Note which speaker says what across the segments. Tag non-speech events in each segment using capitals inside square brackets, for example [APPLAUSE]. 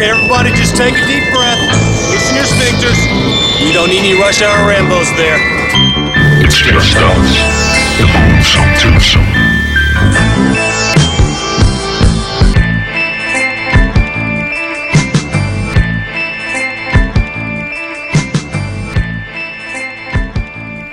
Speaker 1: Everybody just take a deep breath. Loosen your sphincters. We don't need any rush hour Rambos there.
Speaker 2: It's just us. The Boomsome Twosome.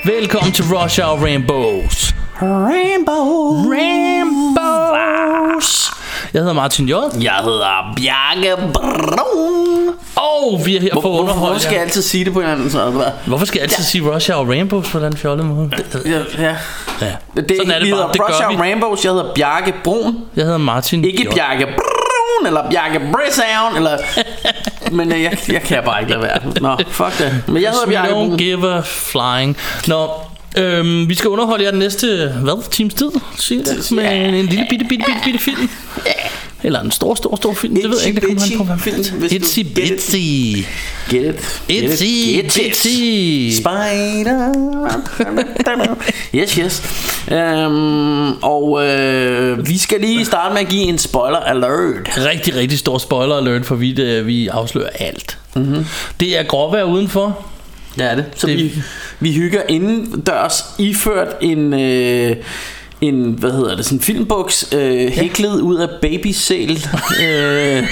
Speaker 3: Velkommen til Rush Hour Rambos.
Speaker 4: Rainbow.
Speaker 3: Rambos. Jeg hedder Martin J.
Speaker 4: Jeg hedder Bjarke Brun.
Speaker 3: Og vi er her for at
Speaker 4: Hvorfor, hvorfor
Speaker 3: underholde
Speaker 4: skal jeg
Speaker 3: jer.
Speaker 4: altid sige det på en eller anden måde?
Speaker 3: Hvorfor skal jeg altid sige Rush Hour Rambos på den fjollede måde? Det-
Speaker 4: Ja, ja.
Speaker 3: Ja.
Speaker 4: Det,
Speaker 3: Sådan er
Speaker 4: vi
Speaker 3: det bare.
Speaker 4: hedder
Speaker 3: Det
Speaker 4: Brusher
Speaker 3: gør vi.
Speaker 4: Rainbows, jeg hedder Bjarke Brun.
Speaker 3: Jeg hedder Martin
Speaker 4: Ikke
Speaker 3: J.
Speaker 4: Bjarke Brun, eller Bjarke Brissound, eller...
Speaker 3: [LAUGHS]
Speaker 4: Men øh, jeg, jeg kan bare ikke lade være. Nå, fuck det. Men jeg hedder
Speaker 3: We
Speaker 4: Bjarke
Speaker 3: don't
Speaker 4: Brun.
Speaker 3: give a flying. Nå, øhm, vi skal underholde jer den næste, hvad, times tid? Siger det, med en, en lille bitte, bitte, bitte, bitte film. Eller en stor, stor, stor film. Det ved jeg ikke, det kommer an på, hvad
Speaker 4: Itsy-bitsy film, hvis du
Speaker 3: Itsy
Speaker 4: gætter
Speaker 3: bitsy.
Speaker 4: det. Get it. Get it.
Speaker 3: Itsy
Speaker 4: Get it.
Speaker 3: bitsy.
Speaker 4: Spider. yes, yes. Øhm, og øh, vi skal lige starte med at give en spoiler alert.
Speaker 3: Rigtig, rigtig stor spoiler alert, for vi, det, vi afslører alt. Mm-hmm. Det er gråvejr udenfor.
Speaker 4: Mhm. Ja, er det. Så
Speaker 3: Det-
Speaker 4: det. Vi, vi hygger indendørs iført en... Øh, en, hvad hedder det, sådan en filmbuks øh, hæklet ud af
Speaker 3: [LAUGHS]
Speaker 4: babysæl øh,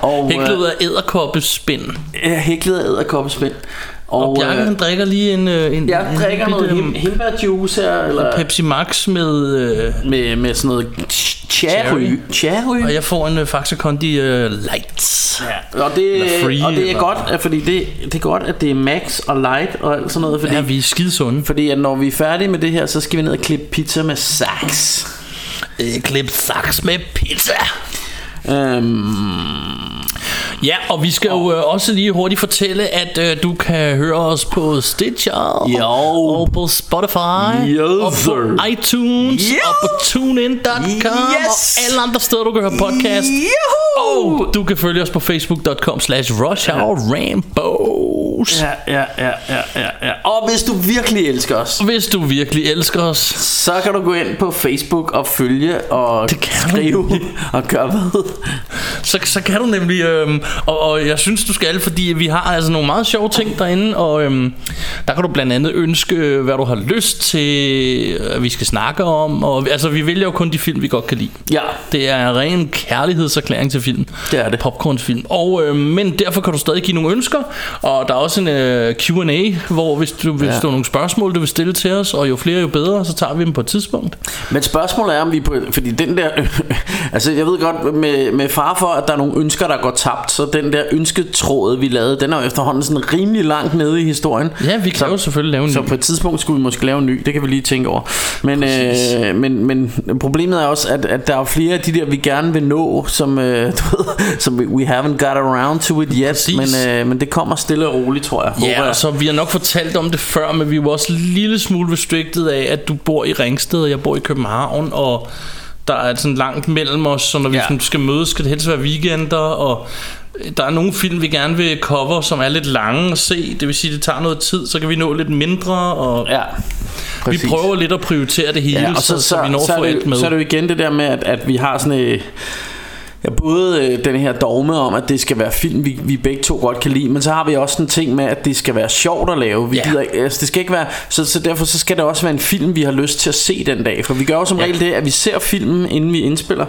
Speaker 4: og
Speaker 3: Hæklet ud af æderkoppespind.
Speaker 4: af, hæklet af æderkoppespind og,
Speaker 3: Og Bjarke, han drikker lige en... øh, en
Speaker 4: jeg
Speaker 3: en
Speaker 4: drikker
Speaker 3: bitte,
Speaker 4: noget
Speaker 3: øhm,
Speaker 4: him- himbeerjuice her eller
Speaker 3: Pepsi Max med... Øh,
Speaker 4: med, med sådan noget ch- cherry. Cherry.
Speaker 3: og jeg får en øh, Faxe Kondi øh, Lights.
Speaker 4: Og det,
Speaker 3: Eller free,
Speaker 4: og det er
Speaker 3: eller-
Speaker 4: godt, at- fordi det, det er godt, at det er max og light og alt sådan noget, fordi,
Speaker 3: Ja,
Speaker 4: ja.
Speaker 3: vi er skidesunde.
Speaker 4: fordi at når vi er færdige med det her, så skal vi ned og klippe pizza med saks.
Speaker 3: Øh, klip saks med pizza.
Speaker 4: Øhm,
Speaker 3: Ja, og vi skal jo øh, også lige hurtigt fortælle, at øh, du kan høre os på Stitcher
Speaker 4: Jo.
Speaker 3: og på Spotify
Speaker 4: Yes,
Speaker 3: og på
Speaker 4: sir.
Speaker 3: iTunes
Speaker 4: Jo.
Speaker 3: og på TuneIn.com
Speaker 4: Yes.
Speaker 3: og alle andre steder, du kan høre podcast.
Speaker 4: Juhu!
Speaker 3: Og du kan følge os på facebook.com slash rushhourrambos.
Speaker 4: ja, ja, ja, ja, ja, ja. Og hvis du virkelig elsker os,
Speaker 3: Hvis du virkelig elsker os,
Speaker 4: så kan du gå ind på Facebook og følge og
Speaker 3: Det kan du.
Speaker 4: skrive og gøre hvad?
Speaker 3: så, så kan du nemlig, øhm, og, og jeg synes du skal, fordi vi har altså nogle meget sjove ting derinde, og øhm, der kan du blandt andet ønske, øh, hvad du har lyst til, at vi skal snakke om, og altså vi vælger jo kun de film, vi godt kan lide.
Speaker 4: Ja,
Speaker 3: Det er ren kærlighedserklæring til film.
Speaker 4: Det er det.
Speaker 3: Popcornsfilm. Og, øh, men derfor kan du stadig give nogle ønsker. Og der er også en øh, Q&A, hvor hvis du hvis
Speaker 4: Ja.
Speaker 3: du har nogle spørgsmål, du vil stille til os, og jo flere, jo bedre, så tager vi dem på et tidspunkt.
Speaker 4: Men spørgsmålet er, om vi er på... Fordi den der... [LAUGHS] altså, jeg ved godt, med, med far for, at der er nogle ønsker, der går tabt, så den der ønsketråd, vi lavede, den er jo efterhånden sådan rimelig langt nede i historien.
Speaker 3: Ja, vi kan
Speaker 4: Så-
Speaker 3: jo selvfølgelig lave en
Speaker 4: Så
Speaker 3: ny.
Speaker 4: på et tidspunkt skulle vi måske lave en ny, det kan vi lige tænke over. Men,
Speaker 3: Præcis.
Speaker 4: øh, men, men problemet er også, at, at der er flere af de der, vi gerne vil nå, som, øh, [LAUGHS] du ved, som we- we haven't got around to it yet.
Speaker 3: Præcis.
Speaker 4: Men, øh, men det kommer stille og roligt, tror jeg.
Speaker 3: Ja,
Speaker 4: Håber
Speaker 3: og
Speaker 4: jeg.
Speaker 3: så vi har nok fortalt om det før, men vi er jo også en lille smule restricted af, at du bor i Ringsted, og jeg bor i København, og der er sådan langt mellem os, så når vi
Speaker 4: Ja.
Speaker 3: sådan skal mødes, skal det helst være weekender, og der er nogle film, vi gerne vil cover, som er lidt lange at se, det vil sige, det tager noget tid, så kan vi nå lidt mindre, og
Speaker 4: Ja,
Speaker 3: vi
Speaker 4: præcis.
Speaker 3: prøver lidt at prioritere det hele,
Speaker 4: Ja, og så, så,
Speaker 3: vi når
Speaker 4: så,
Speaker 3: at
Speaker 4: er
Speaker 3: få
Speaker 4: det,
Speaker 3: alt med.
Speaker 4: så er det jo igen det der med, at, at vi har sådan øh, ja, både øh, den her dogme om, at det skal være film, vi, vi begge to godt kan lide, men så har vi også en ting med, at det skal være sjovt at lave. Vi
Speaker 3: Ja.
Speaker 4: ja. gider, ikke- altså, det skal ikke være, så, så derfor så skal det også være en film, vi har lyst til at se den dag. For vi gør jo som
Speaker 3: Ja.
Speaker 4: ja. regel det, at vi ser filmen, inden vi indspiller.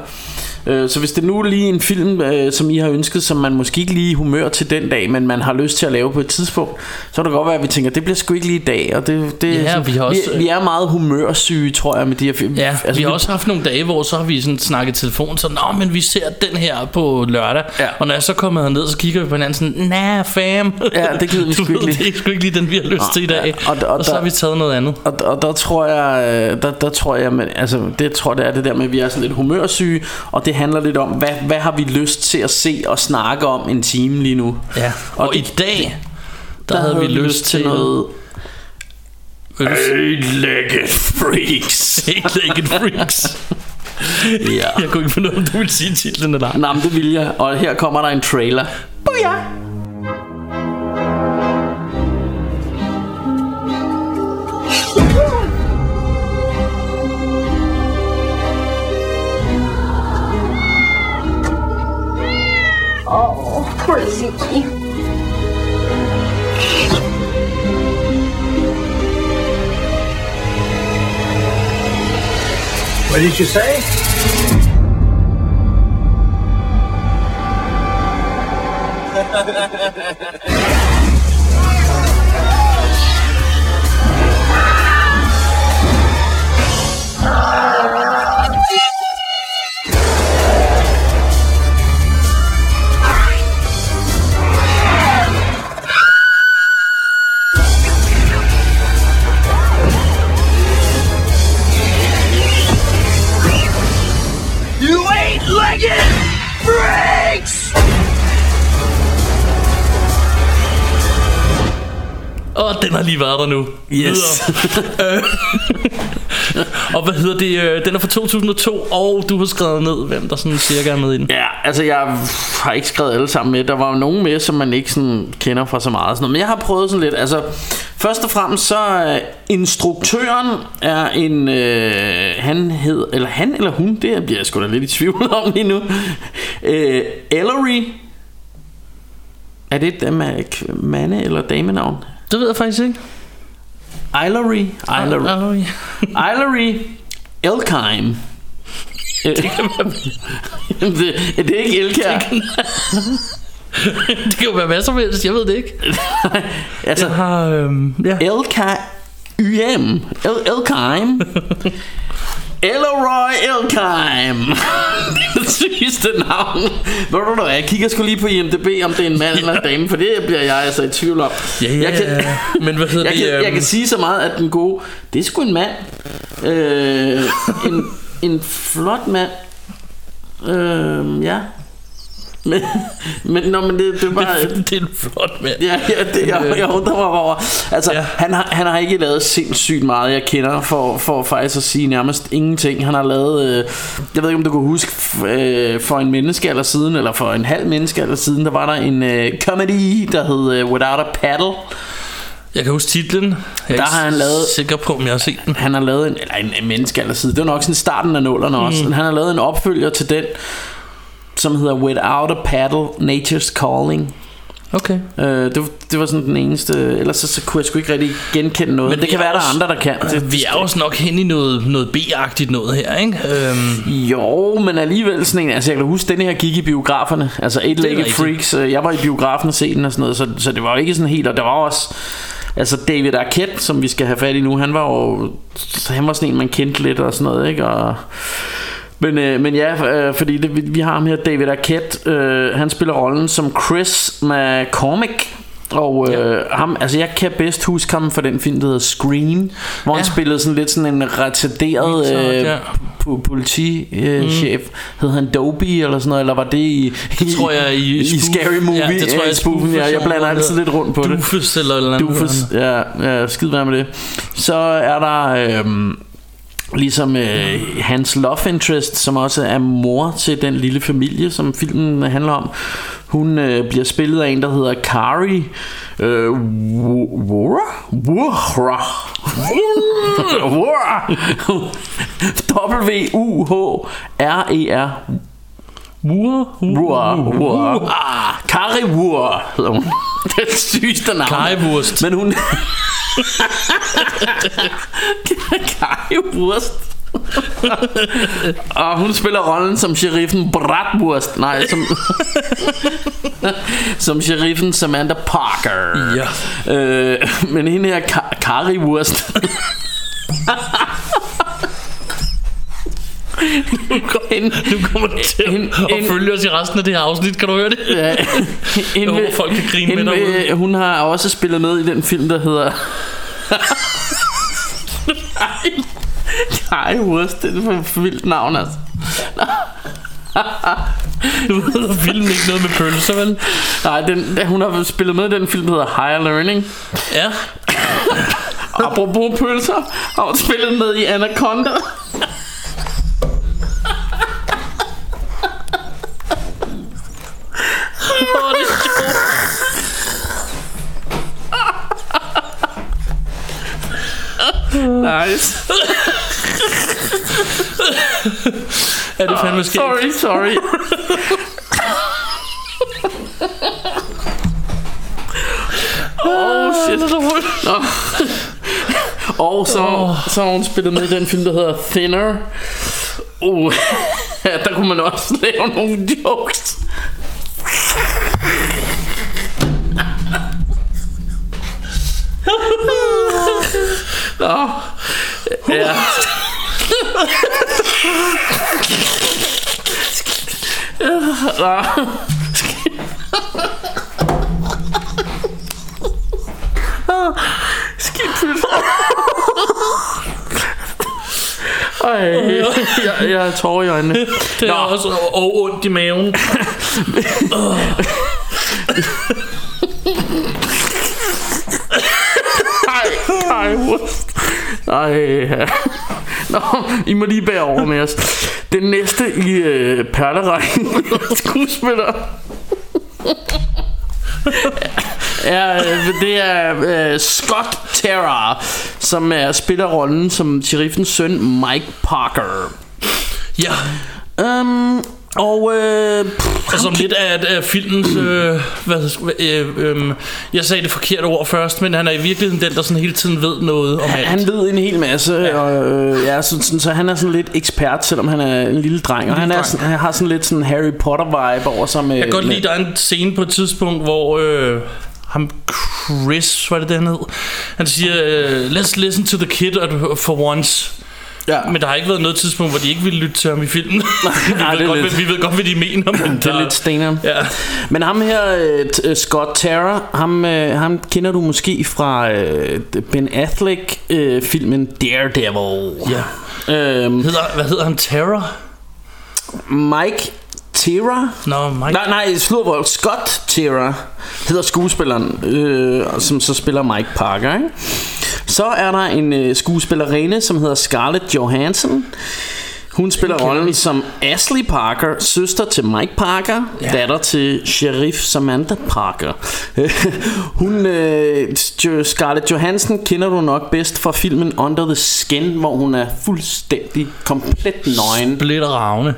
Speaker 4: Øh, Så hvis det nu er lige en film, øh, som I har ønsket, som man måske ikke lige er i humør til den dag, men man har lyst til at lave på et tidspunkt, så kan det godt være, at vi tænker, det bliver sgu ikke lige i dag. Og det, det,
Speaker 3: Ja,
Speaker 4: sådan-
Speaker 3: vi har også-
Speaker 4: vi, vi er meget humørsyge, tror jeg, med de her film.
Speaker 3: Ja, altså, vi har også haft nogle dage, hvor så har vi sådan snakket i telefon, så Nå, men vi ser den her på lørdag.
Speaker 4: Ja.
Speaker 3: Og når jeg så kommer herned, så kigger vi på hinanden sådan, nah, fam.
Speaker 4: Ja, det gider
Speaker 3: [LAUGHS]
Speaker 4: vi
Speaker 3: du
Speaker 4: sgu ikke
Speaker 3: ved,
Speaker 4: lige."
Speaker 3: Det er sgu ikke lige den, vi har lyst
Speaker 4: Nå,
Speaker 3: til i dag.
Speaker 4: ja, og
Speaker 3: Og,
Speaker 4: der-
Speaker 3: og,
Speaker 4: og
Speaker 3: og så
Speaker 4: der-
Speaker 3: har vi taget noget andet.
Speaker 4: Og, og der tror jeg, øh, der, der tror jeg, men, altså det tror jeg, det er det der med, at vi er sådan lidt humørsyge, og det handler lidt om, hvad, hvad har vi lyst til at se og snakke om en time lige nu?
Speaker 3: Ja. Og, og
Speaker 4: og
Speaker 3: i dag, der, havde vi lyst til [LAUGHS] noget... Øh.
Speaker 4: Eight-legged freaks.
Speaker 3: Helt Naked [LAUGHS] Freaks.
Speaker 4: ja.
Speaker 3: Jeg kunne ikke finde ud af, om du ville sige titlen eller ej.
Speaker 4: Nå, men det vil jeg, og her kommer der en trailer.
Speaker 5: Oh, What did you say?
Speaker 6: You eight-legged freaks!
Speaker 3: Og den har lige været der nu.
Speaker 4: Yes.
Speaker 3: Videre. Øh, og hvad hedder det? øh, Den er fra 2002, og du har skrevet ned, hvem der sådan cirka er med i den.
Speaker 4: Ja, altså jeg har ikke skrevet alle sammen med. Der var jo nogen med, som man ikke sådan kender fra så meget. og Sådan noget. Men jeg har prøvet sådan lidt. Altså, først og fremmest så øh, instruktøren er en... Øh, han hed... Eller han eller hun, det bliver jeg sgu da lidt i tvivl om lige nu. Øh, Ellery. Er det et øh, ma- k- mande- eller damenavn?
Speaker 3: Det ved jeg faktisk ikke.
Speaker 4: Ellery. Ellery.
Speaker 3: Ellery.
Speaker 4: Eilery Elkheim. Øh, [LAUGHS] Jamen, det, det er ikke Elkær.
Speaker 3: [LAUGHS] det kan jo være hvad som helst, jeg ved det ikke.
Speaker 4: altså,
Speaker 3: Jeg har, øhm, ja.
Speaker 4: Elka YM. El
Speaker 3: [LAUGHS]
Speaker 4: Elkheim. Elleroy Elkheim. det er [LAUGHS] det sygeste navn. Nå, nå, nå, jeg kigger sgu lige på IMDB, om det er en mand eller en dame, for det bliver jeg altså i tvivl om.
Speaker 3: Ja, ja,
Speaker 4: jeg
Speaker 3: ja, ja. Men hvad hedder
Speaker 4: [LAUGHS] jeg
Speaker 3: det,
Speaker 4: Kan, jeg
Speaker 3: øhm?
Speaker 4: kan sige så meget, at den gode, det er sgu en mand. Øh,
Speaker 3: [LAUGHS]
Speaker 4: en, en flot mand. Øh, ja. Men, men, nå, men det, det er bare...
Speaker 3: Det er en flot mand.
Speaker 4: [LAUGHS] Ja, ja det, jeg, jeg undrer mig over. Altså, Øh. ja.
Speaker 3: Ja.
Speaker 4: han, har, han har ikke lavet sindssygt meget, jeg kender, for, for faktisk at sige nærmest ingenting. Han har lavet, øh, jeg ved ikke om du kan huske, f- øh, for en menneskealder siden, eller for en halv menneskealder siden, der var der en øh, comedy, der hed øh, Without a Paddle.
Speaker 3: Jeg kan huske titlen. Jeg er ikke
Speaker 4: har han lavet-
Speaker 3: sikker på, om jeg har set den.
Speaker 4: Han har lavet en, eller en, en menneskealder side, det var nok sådan starten af nullerne mm. også. Han har lavet en opfølger til den, som hedder Without a Paddle, Nature's Calling.
Speaker 3: Okay.
Speaker 4: Øh, det, var- det var sådan den eneste Ellers så, så kunne jeg sgu ikke rigtig genkende noget Men det
Speaker 3: vi
Speaker 4: kan
Speaker 3: er
Speaker 4: være der er
Speaker 3: også-
Speaker 4: andre der kan det,
Speaker 3: Vi er også nok hen i noget, noget B-agtigt noget her, ikke? Øhm,
Speaker 4: Jo, men alligevel sådan en Altså jeg kan huske den her gik i biograferne Altså et Legged
Speaker 3: rigtigt.
Speaker 4: Freaks øh, Jeg var i biografen og se den og sådan noget så, så det var jo ikke sådan helt Og der var også Altså David Arquette Som vi skal have fat i nu Han var jo Han var sådan en man kendte lidt Og sådan noget ikke og, men, øh, men ja, øh, fordi det, vi, vi har ham her, David Arquette, øh, han spiller rollen som Chris McCormick, og øh, ham, altså jeg kan bedst huske ham fra den film, der hedder Screen, hvor ja. han
Speaker 3: Ja.
Speaker 4: spillede sådan lidt sådan en retarderet
Speaker 3: Retard,
Speaker 4: øh,
Speaker 3: ja.
Speaker 4: po- politichef. Mm. Hed han Dobie eller sådan noget, eller var det i, det
Speaker 3: tror jeg i
Speaker 4: i
Speaker 3: spoof.
Speaker 4: Scary Movie?
Speaker 3: Ja, det tror jeg
Speaker 4: i
Speaker 3: er
Speaker 4: spoofen,
Speaker 3: spoofen,
Speaker 4: ja, jeg
Speaker 3: som
Speaker 4: blander
Speaker 3: han
Speaker 4: altid
Speaker 3: hedder.
Speaker 4: lidt rundt på det.
Speaker 3: Dufus eller eller andet.
Speaker 4: Doofus, ja, ja skid være med det. Så er der øhm, ligesom øh, hans love interest, som også er mor til den lille familie, som filmen handler om. Hun øh, bliver spillet af en, der hedder Kari øh, Wo- Wora? Wora. Wora. W-U-H-R-E-R.
Speaker 3: Wur,
Speaker 4: Wora. Wora. Kari Wora hedder hun. [LAUGHS] Det er det sygeste navn.
Speaker 3: Kajewurst.
Speaker 4: Men hun... [LAUGHS] Kajewurst. og hun spiller rollen som sheriffen Bratwurst. Nej, som... [LAUGHS] som sheriffen Samantha Parker.
Speaker 3: Ja.
Speaker 4: Øh, men hende her, Ka- Kari Wurst. hende,
Speaker 3: Nu kommer det til
Speaker 4: En-
Speaker 3: at
Speaker 4: en-
Speaker 3: følge os i resten af det her afsnit, kan du høre det? [LAUGHS]
Speaker 4: Ja. [LAUGHS] Hende
Speaker 3: håber,
Speaker 4: vil-
Speaker 3: folk kan grine
Speaker 4: hende
Speaker 3: med
Speaker 4: vil- Hun har også spillet med i den film, der [LAUGHS] hedder... Nej, Wurst, det er for et vildt navn, altså.
Speaker 3: Nu ved filmen ikke noget med pølser, vel?
Speaker 4: Nej, den, hun har spillet med i den film, der hedder Higher Learning.
Speaker 3: Ja.
Speaker 4: Apropos pølser, har hun spillet med i Anaconda.
Speaker 3: Åh, det er sjovt.
Speaker 4: Nice.
Speaker 3: Er det fandme skægt?
Speaker 4: Sorry, sorry.
Speaker 3: den er så fuld.
Speaker 4: Nå. Og så, oh. så har hun spillet med i den film, der hedder Thinner. Uh, [LAUGHS] ja, der kunne man også lave nogle jokes. Nå. Ja. Nå. Skidtfyldt. Ej, jeg, jeg har tårer i øjnene.
Speaker 3: Det er også og ondt i maven.
Speaker 4: Ej, ej, what? Ej, ja. Nå, I må lige bære over med os. Den næste i øh, perlerækken skuespiller er, øh, det er øh, Scott Terra, som er, spiller rollen som sheriffens søn Mike Parker.
Speaker 3: Ja,
Speaker 4: Um, og øh, pff,
Speaker 3: og som altså lidt af, af filmens... Øh, hvad, øh, øh, jeg sagde det forkerte ord først, men han er i virkeligheden den, der sådan hele tiden ved noget om alt.
Speaker 4: han ved en hel masse, ja. og øh, ja, så, sådan, så han er sådan lidt ekspert, selvom han er en lille dreng. og han, er
Speaker 3: dreng.
Speaker 4: sådan, han har sådan lidt sådan Harry Potter-vibe over sig med...
Speaker 3: Jeg kan godt
Speaker 4: med,
Speaker 3: lide, der er en scene på et tidspunkt, hvor øh, ham Chris, var det det, han hed? Han siger, øh, let's listen to the kid at- for once.
Speaker 4: Ja.
Speaker 3: Men der har ikke været noget tidspunkt, hvor de ikke ville lytte til ham i filmen. [LAUGHS] vi,
Speaker 4: nej,
Speaker 3: ved
Speaker 4: det er
Speaker 3: godt,
Speaker 4: lidt-
Speaker 3: hvad, vi ved godt, hvad de mener, men
Speaker 4: [CLEARS THROAT] Det er lidt steneren.
Speaker 3: Ja.
Speaker 4: Men ham her, øh, t- øh, Scott Terra, ham, øh, ham kender du måske fra øh, Ben Affleck-filmen Daredevil.
Speaker 3: ja.
Speaker 4: Øhm,
Speaker 3: Hedder, hvad hedder han? Terror?
Speaker 4: Mike Terra?
Speaker 3: Nå, Mike.
Speaker 4: Nej, nej, slurvold. Scott Terra hedder skuespilleren, øh, som så spiller Mike Parker. Ikke? Så er der en øh, skuespillerinde, som hedder Scarlett Johansson. Hun spiller rollen som Ashley Parker, søster til Mike Parker, ja. datter til Sheriff Samantha Parker. [LAUGHS] hun, øh, Jo- Scarlett Johansson kender du nok bedst fra filmen Under the Skin, hvor hun er fuldstændig komplet nøgen.
Speaker 3: Blitter Ravne.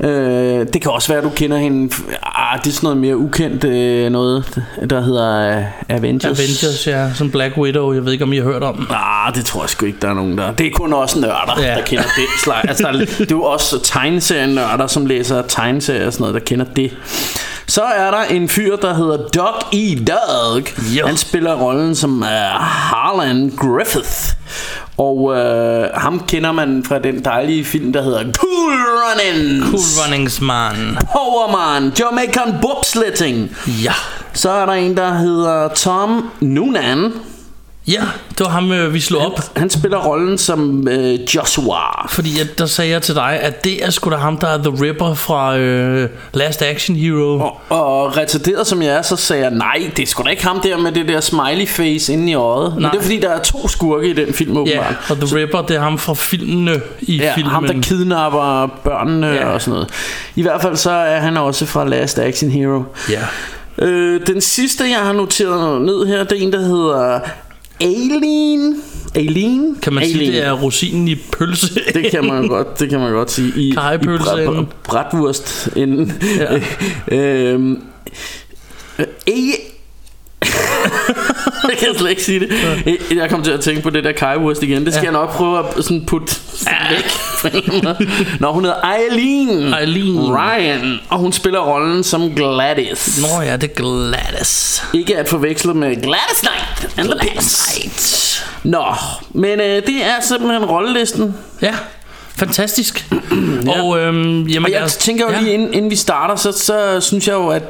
Speaker 4: Øh, det kan også være, du kender hende. Ah, det er sådan noget mere ukendt øh, noget, der hedder øh, Avengers.
Speaker 3: Avengers, ja. Som Black Widow. Jeg ved ikke, om I har hørt om den.
Speaker 4: Ah, det tror jeg sgu ikke, der er nogen der. Det er kun også nørder, ja.
Speaker 3: Ja.
Speaker 4: der kender det slags. Altså, der er, det er jo også tegneserienørder, som læser tegneserier og sådan noget, der kender det. Så er der en fyr, der hedder Doug E. Doug.
Speaker 3: Jo.
Speaker 4: Han spiller rollen som uh, Harlan Griffith. Og øh, ham kender man fra den dejlige film, der hedder Cool Runnings.
Speaker 3: Cool Runnings, man.
Speaker 4: Powerman, Jamaican bobsletting.
Speaker 3: Ja.
Speaker 4: Så er der en, der hedder Tom Noonan.
Speaker 3: Ja, det var ham, øh, vi slog op.
Speaker 4: Han spiller rollen som øh, Joshua.
Speaker 3: Fordi at, der sagde jeg til dig, at det er sgu da ham, der er The Ripper fra øh, Last Action Hero. Oh.
Speaker 4: Og, og retarderet som jeg er, så sagde jeg, nej, det er sgu da ikke ham der med det der smiley face inde i øjet. Men
Speaker 3: Nej.
Speaker 4: det er fordi, der er to skurke i den film,
Speaker 3: Ja,
Speaker 4: åbenbart.
Speaker 3: og The Ripper, det er ham fra filmene i
Speaker 4: Ja,
Speaker 3: filmen.
Speaker 4: ham der kidnapper børnene
Speaker 3: Ja.
Speaker 4: og sådan noget. I hvert fald så er han også fra Last Action Hero.
Speaker 3: Ja.
Speaker 4: Øh, den sidste, jeg har noteret ned her, det er en, der hedder Aileen. Aileen?
Speaker 3: Kan man Alien. sige, det er rosinen i pølse? [LAUGHS]
Speaker 4: Det kan man godt, det kan man godt sige. I, i
Speaker 3: Karrypølseenden.
Speaker 4: bræ- bræ- brætvurst inden. Ja. [LAUGHS] øhm, øh, ikke... [LAUGHS] jeg kan slet ikke sige det. Øh, Jeg kom til at tænke på det der kajwurst igen. Det skal ja.
Speaker 3: Ja.
Speaker 4: jeg nok prøve at sådan putte ja. væk. på en eller anden måde. Nå, hun hedder Eileen.
Speaker 3: Eileen.
Speaker 4: Ryan. Og hun spiller rollen som Gladys.
Speaker 3: Nå ja, det er Gladys.
Speaker 4: Ikke at forveksle med Gladys Knight and the Pips.
Speaker 3: Right.
Speaker 4: Nå, men øh, det er simpelthen rollelisten.
Speaker 3: Ja,
Speaker 4: [CLEARS THROAT]
Speaker 3: fantastisk. ja. Og øhm, jamen,
Speaker 4: Og jeg tænker jo
Speaker 3: ja.
Speaker 4: lige, inden, inden vi starter, så, så synes jeg jo, at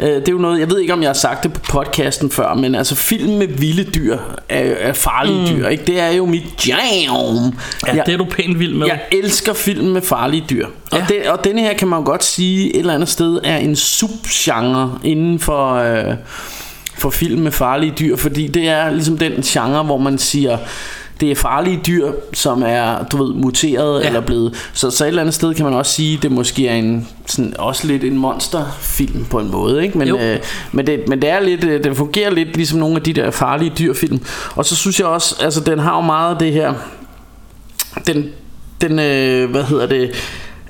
Speaker 4: øh, det er jo noget, jeg ved ikke, om jeg har sagt det på podcasten før, men altså film med vilde dyr er, er farlige mm. dyr, ikke? Det er jo mit jam.
Speaker 3: Ja, det er du pænt vild med.
Speaker 4: jeg elsker film med farlige dyr. Og,
Speaker 3: Ja.
Speaker 4: det, og denne her kan man jo godt sige et eller andet sted er en subgenre inden for, øh, for film med farlige dyr, fordi det er ligesom den genre, hvor man siger, det er farlige dyr, som er, du ved, muteret ja.
Speaker 3: Ja.
Speaker 4: eller blevet. Så, så et eller andet sted kan man også sige, det måske er en, sådan, også lidt en monsterfilm på en måde, ikke? Men,
Speaker 3: Jo.
Speaker 4: øh, men, det, men det, er lidt, øh, det fungerer lidt ligesom nogle af de der farlige dyrfilm. Og så synes jeg også, altså den har jo meget af det her, den, den øh, hvad hedder det,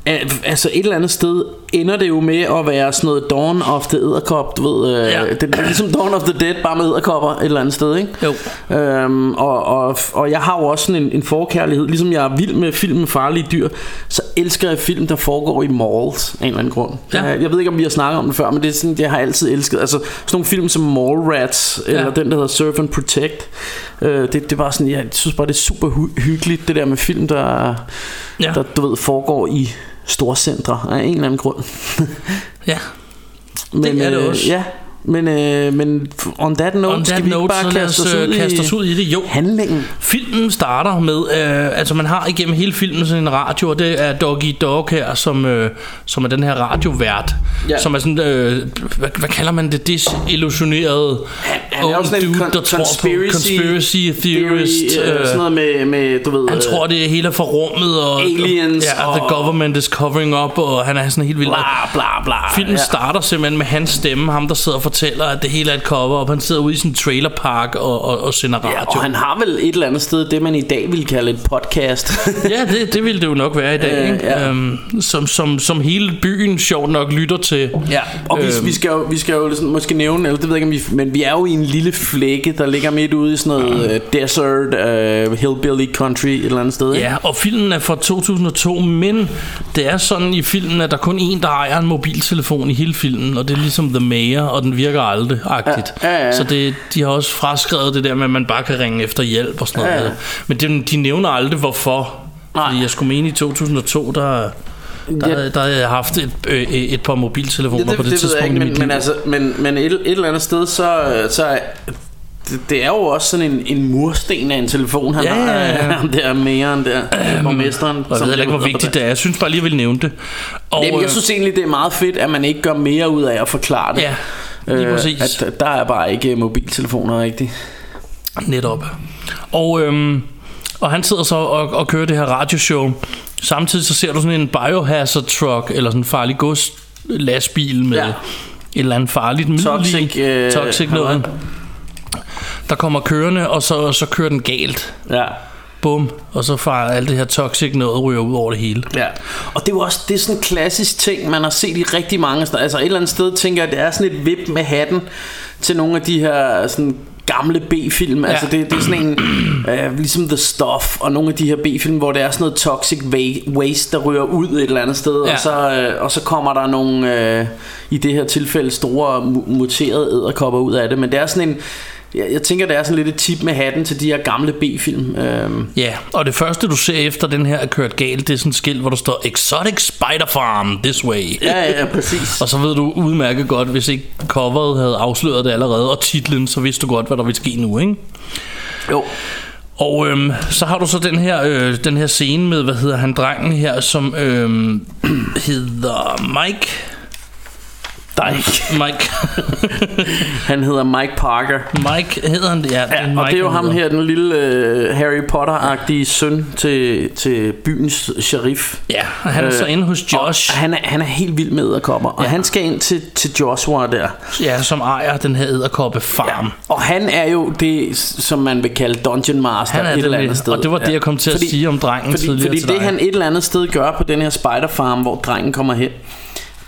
Speaker 4: er- altså et eller andet sted ender det jo med at være sådan noget Dawn of the Edderkop, du ved. Øh,
Speaker 3: Ja.
Speaker 4: ja. det, det er ligesom Dawn of the Dead, bare med edderkopper et eller andet sted, ikke?
Speaker 3: Jo.
Speaker 4: Øhm, og, og, og jeg har jo også sådan en, en forkærlighed, ligesom jeg er vild med film med farlige dyr, så elsker jeg film, der foregår i malls af en eller anden grund. Øh,
Speaker 3: Ja.
Speaker 4: Jeg, jeg ved ikke, om vi har snakket om det før, men det er sådan, jeg har altid elsket. Altså sådan nogle film som Mallrats, eller
Speaker 3: Ja.
Speaker 4: den, der hedder Surf and Protect. Øh, det, det er bare sådan, jeg synes bare, det er super hy- hyggeligt, det der med film, der,
Speaker 3: Ja.
Speaker 4: ja. der du ved, foregår i storcentre af en eller anden
Speaker 3: [LAUGHS]
Speaker 4: grund.
Speaker 3: Ja.
Speaker 4: men,
Speaker 3: er det også.
Speaker 4: Øh, ja, men, øh, men on that note,
Speaker 3: On
Speaker 4: skal
Speaker 3: that
Speaker 4: vi ikke
Speaker 3: note,
Speaker 4: bare
Speaker 3: så lad os
Speaker 4: kaste os,
Speaker 3: øh,
Speaker 4: ud
Speaker 3: kaste os
Speaker 4: i
Speaker 3: ud i det. Jo,
Speaker 4: handlingen?
Speaker 3: Filmen starter med, øh, altså man har igennem hele filmen sådan en radio, og det er Doggy Dog her, som, øh, som er den her radiovært, ja.
Speaker 4: Ja.
Speaker 3: som er sådan, øh, hvad, hvad kalder man det, desillusionerede
Speaker 4: Han er
Speaker 3: ung
Speaker 4: jo sådan en
Speaker 3: dude,
Speaker 4: con-
Speaker 3: der tror på
Speaker 4: conspiracy
Speaker 3: conspiracy theorist.
Speaker 4: Theory, øh, sådan noget med, med du ved... øh,
Speaker 3: Han tror, det hele er for rummet, og,
Speaker 4: Aliens
Speaker 3: ja, og the
Speaker 4: og-
Speaker 3: government is covering up, og han er sådan helt vild.
Speaker 4: Bla, bla, bla.
Speaker 3: Filmen ja. starter simpelthen med hans stemme, ham der sidder og fortæller, at det hele er et cover, og han sidder ude i sådan en trailerpark og, og, og sender radio.
Speaker 4: Ja, og han har vel et eller andet sted det, man i dag ville kalde et podcast.
Speaker 3: [LAUGHS] Ja, det, det ville det jo nok være i dag, øh,
Speaker 4: Øh,
Speaker 3: ikke? Ja.
Speaker 4: ja.
Speaker 3: Øhm, som, som, som hele byen sjovt nok lytter til.
Speaker 4: ja. Og vi,
Speaker 3: Øhm.
Speaker 4: vi, skal jo, vi skal jo sådan, måske nævne, eller det ved jeg ikke, om vi, men vi er jo i en lille flække, der ligger midt ude i sådan noget
Speaker 3: Ah.
Speaker 4: øh, desert, øh, hillbilly country et eller andet sted. ikke?
Speaker 3: Ja, og filmen er fra 2002, men det er sådan i filmen, at der er kun en, der ejer en mobiltelefon i hele filmen, og det er ligesom The Mayor, og den virker aldrig-agtigt.
Speaker 4: Ja, ja, ja.
Speaker 3: Så det, de har også fraskrevet det der med, at man bare kan ringe efter hjælp og sådan noget.
Speaker 4: Ja, ja.
Speaker 3: Men det, de nævner aldrig, hvorfor. Fordi
Speaker 4: Nej.
Speaker 3: jeg skulle mene, i 2002, der... Der,
Speaker 4: Ja.
Speaker 3: der, der havde jeg haft et, øh, et par mobiltelefoner på det,
Speaker 4: ved
Speaker 3: tidspunkt
Speaker 4: jeg
Speaker 3: i
Speaker 4: ikke,
Speaker 3: mit
Speaker 4: men,
Speaker 3: liv.
Speaker 4: men, altså, men, men et, et eller andet sted, så, så er- det, det er jo også sådan en, en mursten af en telefon, han
Speaker 3: Ja,
Speaker 4: har,
Speaker 3: ja, ja.
Speaker 4: [LAUGHS] ham der mere der, øh, borgmesteren.
Speaker 3: Og jeg
Speaker 4: som
Speaker 3: ved heller ikke, hvor
Speaker 4: leder
Speaker 3: vigtigt
Speaker 4: på
Speaker 3: det er. Jeg synes bare lige, jeg ville nævne det. Og,
Speaker 4: Jamen,
Speaker 3: øh,
Speaker 4: jeg synes egentlig, det er meget fedt, at man ikke gør mere ud af at forklare det. Øh,
Speaker 3: Ja, lige præcis.
Speaker 4: at der- der er bare ikke øh, mobiltelefoner rigtigt.
Speaker 3: Netop. Og, øhm, og han sidder så og, og kører det her radioshow. Samtidig så ser du sådan en biohazard truck, eller sådan en farlig gods lastbil med
Speaker 4: Ja.
Speaker 3: ja. et eller andet farligt middel i.
Speaker 4: Toxic, øh,
Speaker 3: Toxic noget. Der kommer kørende, og så, så kører den galt.
Speaker 4: Ja.
Speaker 3: Bum. Og så far alt det her toxic noget ryger ud over det hele.
Speaker 4: Ja. Og det er jo også det er sådan en klassisk ting, man har set i rigtig mange steder. Altså et eller andet sted tænker jeg, at det er sådan et vip med hatten til nogle af de her sådan gamle B-film. Ja. Altså det, det er sådan en, øh, ligesom The Stuff og nogle af de her B-film, hvor det er sådan noget toxic wa- waste, der ryger ud et eller andet sted. Ja.
Speaker 3: Ja.
Speaker 4: Og, så, øh, og så kommer der nogle, øh, i det her tilfælde, store mu- muterede æderkopper ud af det. Men det er sådan en, jeg, jeg tænker, det er sådan lidt et tip med hatten til de her gamle B-film. Øh,
Speaker 3: Ja, og det første du ser efter den her er kørt galt, det er sådan et skilt, hvor der står Exotic Spider Farm this way.
Speaker 4: ja, ja, præcis.
Speaker 3: Og så ved du udmærket godt, hvis ikke coveret havde afsløret det allerede, og titlen, så vidste du godt, hvad der ville ske nu, ikke?
Speaker 4: Jo.
Speaker 3: Og øhm, så har du så den her, øh, den her scene med, hvad hedder han, drengen her, som øhm, hedder Mike.
Speaker 4: Dejligt.
Speaker 3: Mike. [LAUGHS]
Speaker 4: Han hedder Mike Parker.
Speaker 3: Mike hedder han, ja. det er
Speaker 4: Ja,
Speaker 3: Mike,
Speaker 4: og det er jo
Speaker 3: han
Speaker 4: ham
Speaker 3: hedder.
Speaker 4: her, den lille øh, Harry Potter-agtige søn til, til byens sheriff.
Speaker 3: Ja, og han er så
Speaker 4: Øh,
Speaker 3: inde hos Josh,
Speaker 4: Og han, er, han er helt vild med æderkopper, og han skal ind til, til Joshua der.
Speaker 3: ja, som ejer den her æderkoppe farm. Ja.
Speaker 4: Og han er jo det, som man vil kalde Dungeon Master
Speaker 3: Han er
Speaker 4: et
Speaker 3: det
Speaker 4: eller
Speaker 3: nemlig,
Speaker 4: andet sted.
Speaker 3: og det var det, jeg kom til at sige om drengen
Speaker 4: fordi,
Speaker 3: tidligere
Speaker 4: Fordi
Speaker 3: til
Speaker 4: det,
Speaker 3: dig.
Speaker 4: han et eller andet sted gør på den her spider farm, hvor drengen kommer hen,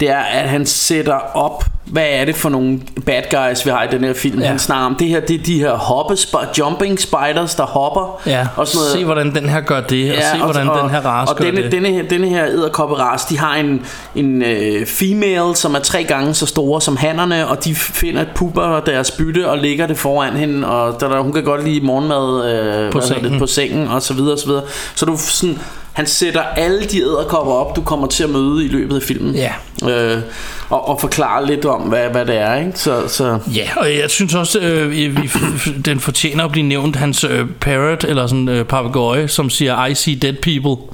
Speaker 4: det er, at han sætter op, hvad er det for nogle bad guys, vi har i den her film.
Speaker 3: Ja.
Speaker 4: Ja. Han snakker om, det her, det er de her hoppe, sp- jumping spiders, der hopper.
Speaker 3: Ja,
Speaker 4: og sådan noget.
Speaker 3: se hvordan den her gør det, og ja, se hvordan den her race
Speaker 4: og
Speaker 3: gør
Speaker 4: denne,
Speaker 3: det.
Speaker 4: denne her, denne her æderkopperace, de har en, en øh, female, som er tre gange så store som hannerne, og de finder et pupper deres bytte og lægger det foran hende, og der, der, hun kan godt lide morgenmad øh,
Speaker 3: På
Speaker 4: hvad hedder
Speaker 3: sengen.
Speaker 4: Det, på sengen og så videre og så videre. Så du sådan, han sætter alle de æderkopper op, du kommer til at møde i løbet af filmen.
Speaker 3: Ja.
Speaker 4: Øh, og, og forklare lidt om, hvad, hvad det er, ikke? Så, så
Speaker 3: Ja, og jeg synes også, øh, i- i- f- den fortjener at blive nævnt, hans øh, parrot, eller sådan øh, papegøje, som siger, I see dead people.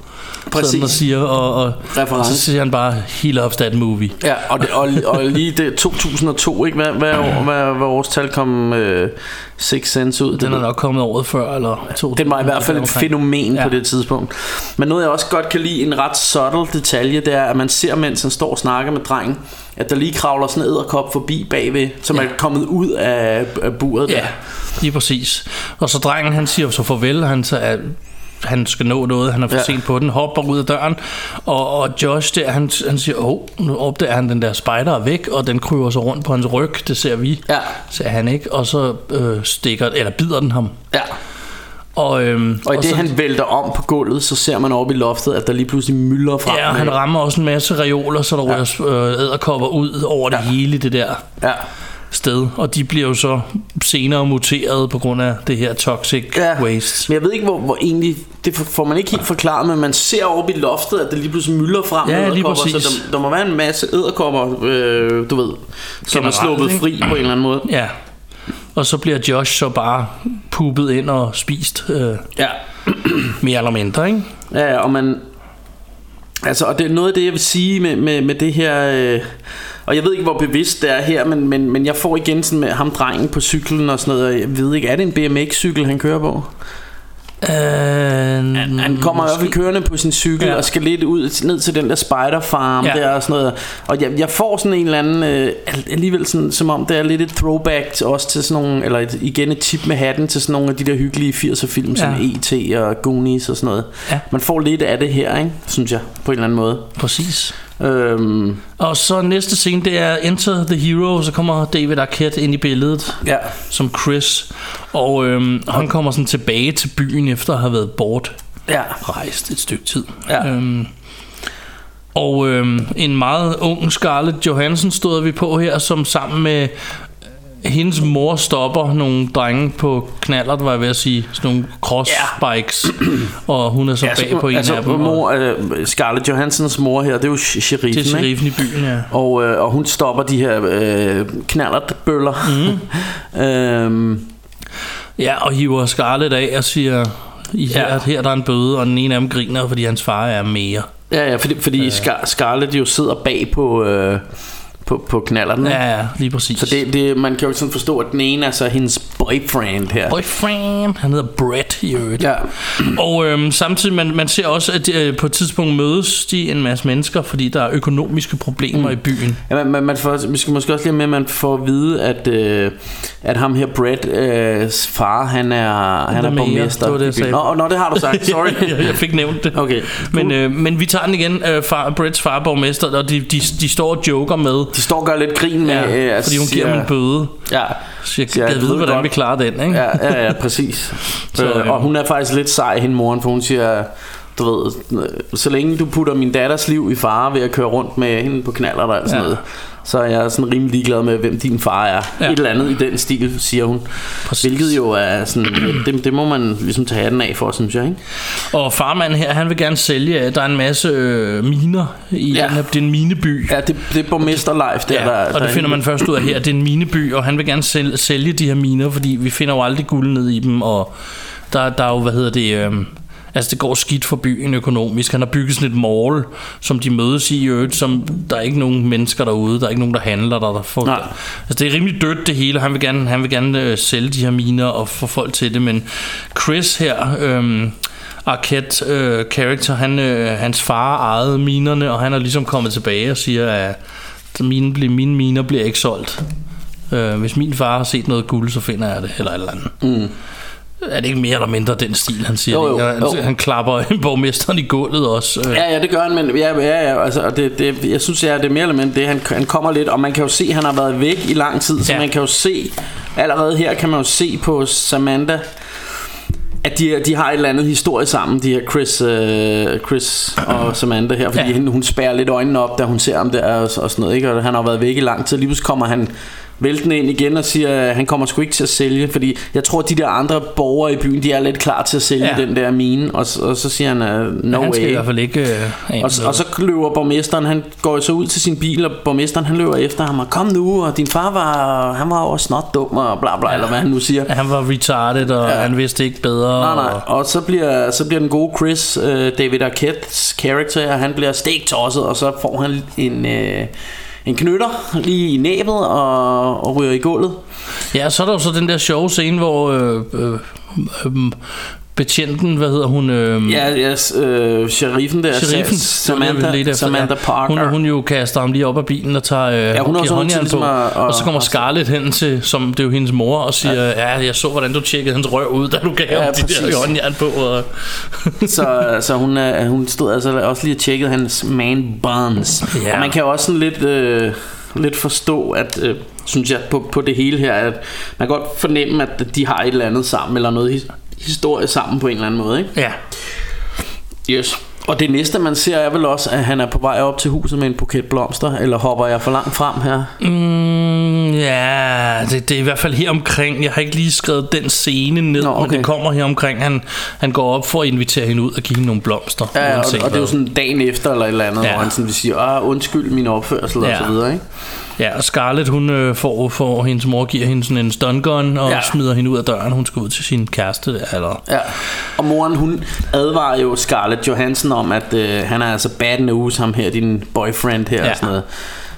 Speaker 4: Præcis.
Speaker 3: Sådan og siger, og, og
Speaker 4: Reference.
Speaker 3: så siger han bare, heal up that movie.
Speaker 4: Ja, og, det, og, og lige det 2002, ikke? Hvad, hvad, hvad, hvad, hvad årstal kom øh, Six Sense ud?
Speaker 3: Den er nok kommet året før, eller to.
Speaker 4: den var i hvert fald et
Speaker 3: omkring.
Speaker 4: fænomen
Speaker 3: Ja.
Speaker 4: ja. på det tidspunkt. Men noget jeg også godt kan lide, en ret subtle detalje, det er, at man ser, mens han står og snakker med drengen, at der lige kravler sådan en æderkop forbi bagved, som
Speaker 3: Ja.
Speaker 4: ja. er kommet ud af, af buret der.
Speaker 3: Ja, lige præcis. Og så drengen, han siger jo så farvel, og han så, han skal nå noget, han er for
Speaker 4: Ja.
Speaker 3: ja. sent på den, hopper ud af døren, og, og Josh der, han, han siger, åh, oh, nu opdager han den der spider er væk, og den kryver så rundt på hans ryg, det ser vi,
Speaker 4: Ja.
Speaker 3: ser han ikke, og så øh, stikker, eller bider den ham.
Speaker 4: Ja.
Speaker 3: Og, øhm,
Speaker 4: Og i det,
Speaker 3: så,
Speaker 4: han vælter om på gulvet, så ser man oppe i loftet, at der lige pludselig myldrer frem.
Speaker 3: Ja, og han rammer også en masse reoler, så der ja. ryger øh, æderkopper ud over det ja. hele det der
Speaker 4: Ja.
Speaker 3: sted. Og de bliver jo så senere muteret på grund af det her toxic
Speaker 4: Ja.
Speaker 3: ja. waste.
Speaker 4: Men jeg ved ikke, hvor, hvor egentlig... Det får man ikke helt forklaret, men man ser oppe i loftet, at det lige pludselig myldrer frem.
Speaker 3: Ja,
Speaker 4: med
Speaker 3: lige
Speaker 4: edderkopper, Så
Speaker 3: præcis.
Speaker 4: der, der, må være en masse æderkopper, øh, du ved, som
Speaker 3: Generelt,
Speaker 4: er sluppet
Speaker 3: ikke?
Speaker 4: fri på en eller anden måde.
Speaker 3: Ja. Og så bliver Josh så bare puppet ind og spist øh,
Speaker 4: Ja.
Speaker 3: mere eller mindre, ikke?
Speaker 4: Ja, ja, og man... Altså, og det er noget af det, jeg vil sige med, med, med det her... Øh, og jeg ved ikke, hvor bevidst det er her, men, men, men jeg får igen sådan med ham drengen på cyklen og sådan noget, og jeg ved ikke, er det en BMX-cykel, han kører på?
Speaker 3: Øh,
Speaker 4: Han kommer i hvert fald kørende på sin cykel ja.
Speaker 3: Ja.
Speaker 4: og skal lidt ud ned til den der spiderfarm ja.
Speaker 3: Ja.
Speaker 4: der og sådan noget. Og jeg, jeg får sådan en eller anden, øh, alligevel sådan, som om det er lidt et throwback til, også til sådan nogle, eller et, igen et tip med hatten til sådan nogle af de der hyggelige 80'er film, som
Speaker 3: Ja.
Speaker 4: E.T. og Goonies og sådan noget.
Speaker 3: Ja.
Speaker 4: Man får lidt af det her, ikke? synes jeg, på en eller anden måde.
Speaker 3: Præcis.
Speaker 4: Øhm,
Speaker 3: Og så næste scene, det er Enter the Hero, så kommer David Arquette ind i billedet.
Speaker 4: ja.
Speaker 3: som Chris, og øhm, han kommer sådan tilbage til byen efter at have været bortrejst
Speaker 4: Ja.
Speaker 3: et stykke tid.
Speaker 4: Ja.
Speaker 3: Øhm, og øhm, en meget ung Scarlett Johansson stod vi på her, som sammen med øh, hendes mor stopper nogle drenge på knallert, var jeg ved at sige, sådan nogle crossbikes, [CLEARS THROAT] og hun er så
Speaker 4: Altså,
Speaker 3: bag på en
Speaker 4: altså,
Speaker 3: af dem. og-
Speaker 4: mor, øh, Scarlett Johansens mor her, det er jo sh- sheriffen,
Speaker 3: det er
Speaker 4: ikke?
Speaker 3: sheriffen i byen, ja.
Speaker 4: Og, øh, og hun stopper de her øh, knallertbøller.
Speaker 3: Mhm.
Speaker 4: Mm. [LAUGHS] øhm,
Speaker 3: Ja, og hiver Scarlett af og siger, ja,
Speaker 4: Ja.
Speaker 3: ja. her er der en bøde, og den ene af dem griner, fordi hans far er mere.
Speaker 4: ja, ja, fordi, fordi øh. Scar- Scarlett jo sidder bag på, øh, på, på knallerten. ikke?
Speaker 3: Ja, ja, lige præcis.
Speaker 4: Så det, det, man kan jo sådan forstå, at den ene er så hendes boyfriend her.
Speaker 3: Boyfriend. Han hedder Brett i øvrigt.
Speaker 4: Ja.
Speaker 3: Og øhm, samtidig, man, man ser også, at øh, på et tidspunkt mødes de en masse mennesker, fordi der er økonomiske problemer mm. i byen.
Speaker 4: Ja, man, man, man får, vi skal måske også lige have med, at man får at vide, at, øh, at ham her, Brett, øh, far, han er, han
Speaker 3: er med
Speaker 4: er
Speaker 3: jer.
Speaker 4: borgmester.
Speaker 3: Det var det, jeg
Speaker 4: i byen.
Speaker 3: sagde.
Speaker 4: Nå, nå, det har
Speaker 3: [LAUGHS]
Speaker 4: du sagt. Sorry.
Speaker 3: jeg fik nævnt det.
Speaker 4: Okay.
Speaker 3: Men, øh, men vi tager den igen. Øh, far, Bretts far er borgmester, og de, de, de står og joker med,
Speaker 4: De står og gør lidt grin med...
Speaker 3: ja,
Speaker 4: øh, altså,
Speaker 3: fordi hun giver
Speaker 4: siger-
Speaker 3: ham en bøde.
Speaker 4: Ja.
Speaker 3: Så jeg
Speaker 4: Ja,
Speaker 3: kan
Speaker 4: jeg
Speaker 3: vide,
Speaker 4: ved
Speaker 3: hvordan
Speaker 4: godt.
Speaker 3: vi klarer den. Ikke?
Speaker 4: Ja, ja, ja, præcis.
Speaker 3: [LAUGHS] Så,
Speaker 4: så, øh,
Speaker 3: øhm.
Speaker 4: og hun er faktisk lidt sej, hende moren, for hun siger, du ved, øh, så længe du putter min datters liv i fare ved at køre rundt med hende på knaller og alt sådan
Speaker 3: Ja.
Speaker 4: noget, så er jeg sådan rimelig ligeglad med, hvem din far er. Ja.
Speaker 3: Ja.
Speaker 4: Et eller andet i den stil, siger hun.
Speaker 3: Præcis.
Speaker 4: Hvilket jo er sådan, det, det må man ligesom tage hatten af for, synes jeg, ikke?
Speaker 3: Og farmanden her, han vil gerne sælge. øh, Der er en masse øh, miner i
Speaker 4: Ja.
Speaker 3: ja. den her, det er en mineby.
Speaker 4: Ja, det, det er borgmester life, der,
Speaker 3: Ja,
Speaker 4: der,
Speaker 3: og
Speaker 4: der
Speaker 3: det finder man først ud af her. Det er en mineby, og han vil gerne sælge, sælge de her miner, fordi vi finder jo aldrig guld ned i dem, og der, der er jo, hvad hedder det... Øhm, Altså det går skidt for byen økonomisk Han har bygget sådan et mall Som de mødes i i øvrigt Som der er ikke nogen mennesker derude Der er ikke nogen der handler der, der får,
Speaker 4: Nej.
Speaker 3: Altså det er rimelig dødt det hele Han vil gerne, han vil gerne øh, sælge de her miner Og få folk til det Men Chris her øhm, Arquette øh, character han, øh, Hans far ejede minerne Og han er ligesom kommet tilbage og siger at så mine, bliver, mine miner bliver ikke solgt. Øh, hvis min far har set noget guld, så finder jeg det, eller et eller andet. Mm. Er det ikke mere eller mindre den stil, han siger?
Speaker 4: Jo,
Speaker 3: det?
Speaker 4: jo,
Speaker 3: han,
Speaker 4: jo.
Speaker 3: han klapper [LAUGHS] borgmesteren i gulvet også. Øh,
Speaker 4: Ja, ja, det gør han, men ja, ja, ja, altså, og det, det, jeg synes, ja, det er mere eller mindre det, han, han kommer lidt, og man kan jo se, han har været væk i lang tid, så ja.
Speaker 3: Ja.
Speaker 4: man kan jo se, allerede her kan man jo se på Samantha, at de, de har et eller andet historie sammen, de her Chris, øh, Chris og Samantha her, fordi ja.
Speaker 3: Ja.
Speaker 4: hende, hun spærer lidt øjnene op, da hun ser ham der og, og sådan noget, ikke? og han har været væk i lang tid, og lige pludselig kommer han væltende ind igen og siger, at han kommer sgu ikke til at sælge, fordi jeg tror, at de der andre borgere i byen, de er lidt klar til at sælge
Speaker 3: Ja.
Speaker 4: ja. den der mine, og, s- og så siger han, øh, no
Speaker 3: han skal
Speaker 4: way.
Speaker 3: i hvert fald ikke øh, af
Speaker 4: Og,
Speaker 3: med
Speaker 4: og så løber borgmesteren, han går jo så ud til sin bil, og borgmesteren han løber efter ham, og kom nu, og din far var, han var jo også snot dum, og bla bla, ja. eller hvad han nu siger.
Speaker 3: det. Han var retarded, og ja. han vidste ikke bedre.
Speaker 4: Nej, nej.
Speaker 3: Og,
Speaker 4: Og så bliver, så bliver den gode Chris, øh, David Arquette's character, her, han bliver stektosset, og så får han en, øh, en knytter lige i næbet og, og ryger i gulvet.
Speaker 3: ja, så er der jo så den der sjove scene, hvor øh, øh, øh, betjenten, hvad hedder hun? Øhm,
Speaker 4: Ja, ja, s- øh, sheriffen der,
Speaker 3: Sheriffen,
Speaker 4: Sa-
Speaker 3: det var det, vi
Speaker 4: Samantha,
Speaker 3: ledte efter,
Speaker 4: Samantha Parker.
Speaker 3: Hun, hun jo kaster ham lige op af bilen og tager øh, ja,
Speaker 4: hun
Speaker 3: hun
Speaker 4: har
Speaker 3: giver
Speaker 4: sådan
Speaker 3: håndjern
Speaker 4: til
Speaker 3: på.
Speaker 4: ligesom at-
Speaker 3: og så
Speaker 4: at-
Speaker 3: kommer Scarlett hen til, som det er jo hendes mor, og siger, ja, ja jeg så, hvordan du tjekkede hans røv ud, da du gav ja,
Speaker 4: Ja,
Speaker 3: ham de
Speaker 4: præcis.
Speaker 3: der håndjern på. Og,
Speaker 4: så, så hun, er, hun stod altså også lige og tjekkede hans man buns.
Speaker 3: Ja.
Speaker 4: Og man kan jo også sådan lidt, øh, lidt forstå, at øh, synes jeg på, på det hele her, at man kan godt fornemme, at de har et eller andet sammen, eller noget his- historie sammen på en eller anden måde. Ikke?
Speaker 3: ja,
Speaker 4: Yes. Og det næste, man ser, er vel også, at han er på vej op til huset med en buket blomster, eller hopper jeg for langt frem her?
Speaker 3: mm, ja det, det er i hvert fald her omkring. Jeg har ikke lige skrevet den scene ned,
Speaker 4: Nå,
Speaker 3: Nå, okay. men
Speaker 4: okay.
Speaker 3: det kommer her omkring. Han, han går op for at invitere hende ud og give hende nogle blomster.
Speaker 4: Ja, og,
Speaker 3: uanset
Speaker 4: og det er jo
Speaker 3: hvad.
Speaker 4: sådan dagen efter eller et eller andet,
Speaker 3: Ja.
Speaker 4: ja. hvor han sådan vil sige, ah, undskyld min opførsel ja.
Speaker 3: Ja.
Speaker 4: og så videre, ikke?
Speaker 3: Ja, og Scarlett, hun øh, får, får, hendes mor giver hende sådan en stun gun og
Speaker 4: Ja.
Speaker 3: ja. smider hende ud af døren. Hun skal ud til sin kæreste der, eller...
Speaker 4: Ja. Og moren, hun advarer jo Scarlett Johansson om, at øh, han er altså bad news, ham her, din boyfriend her ja.
Speaker 3: Ja.
Speaker 4: og sådan noget.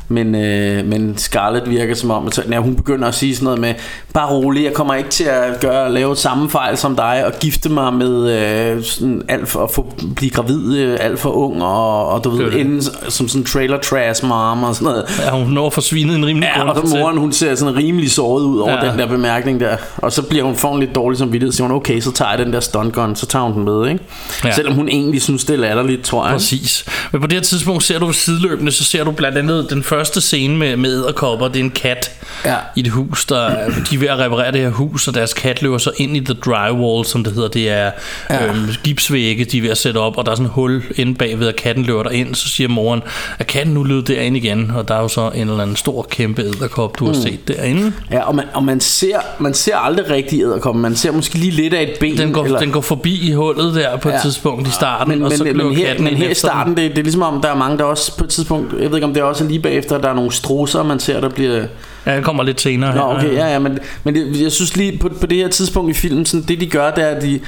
Speaker 4: Men, øh, men Scarlett virker som om, at ja, hun begynder at sige sådan noget med, bare rolig, jeg kommer ikke til at gøre, lave samme fejl som dig, og gifte mig med øh, sådan alt for, at få, blive gravid, øh, alt for ung, og, og du ved,
Speaker 3: Det er det.
Speaker 4: ende s- som sådan trailer trash mom og sådan noget.
Speaker 3: Ja, hun når for svinet en rimelig
Speaker 4: Ja,
Speaker 3: grund
Speaker 4: og så
Speaker 3: til.
Speaker 4: moren, hun ser sådan rimelig såret ud over ja.
Speaker 3: Ja.
Speaker 4: den der bemærkning der. Og så bliver hun, får hun lidt dårlig samvittighed, så siger hun, okay, så tager jeg den der stuntgun, så tager hun den med, ikke? Ja.
Speaker 3: Ja.
Speaker 4: Selvom hun egentlig synes, det er latterligt, tror jeg.
Speaker 3: Præcis. Men på det her tidspunkt ser du sideløbende, så ser du blandt andet den første scene med, med æderkopper. Det er en kat
Speaker 4: Ja.
Speaker 3: i et hus, der de er ved at reparere det her hus, og deres kat løber så ind i the drywall, som det hedder. Det er ja. øhm, gipsvægge, de er ved at sætte op, og der er sådan et hul inde bagved, og katten løber derind. Så siger moren, at katten nu løb derind igen, og der er jo så en eller anden stor, kæmpe æderkop, du
Speaker 4: Mm.
Speaker 3: har set derinde.
Speaker 4: Ja, og man, og man, ser, man ser aldrig rigtig æderkoppen. Man ser måske lige lidt af et ben.
Speaker 3: Den går,
Speaker 4: eller,
Speaker 3: Eller... den går forbi i hullet der på et
Speaker 4: Ja.
Speaker 3: ja. tidspunkt i starten,
Speaker 4: men,
Speaker 3: og så
Speaker 4: men,
Speaker 3: løber
Speaker 4: men, her,
Speaker 3: katten
Speaker 4: men
Speaker 3: ind
Speaker 4: her i
Speaker 3: efter den.
Speaker 4: starten, det, det er ligesom om, der er mange, der også på et tidspunkt, jeg ved ikke om det er også lige bagefter, at der er nogle strusser, man ser, der bliver...
Speaker 3: Ja, den kommer lidt senere.
Speaker 4: Nå,
Speaker 3: her.
Speaker 4: okay, ja, ja, men, men det, jeg synes lige på, på det her tidspunkt i filmen, sådan, det de gør, det er, at de,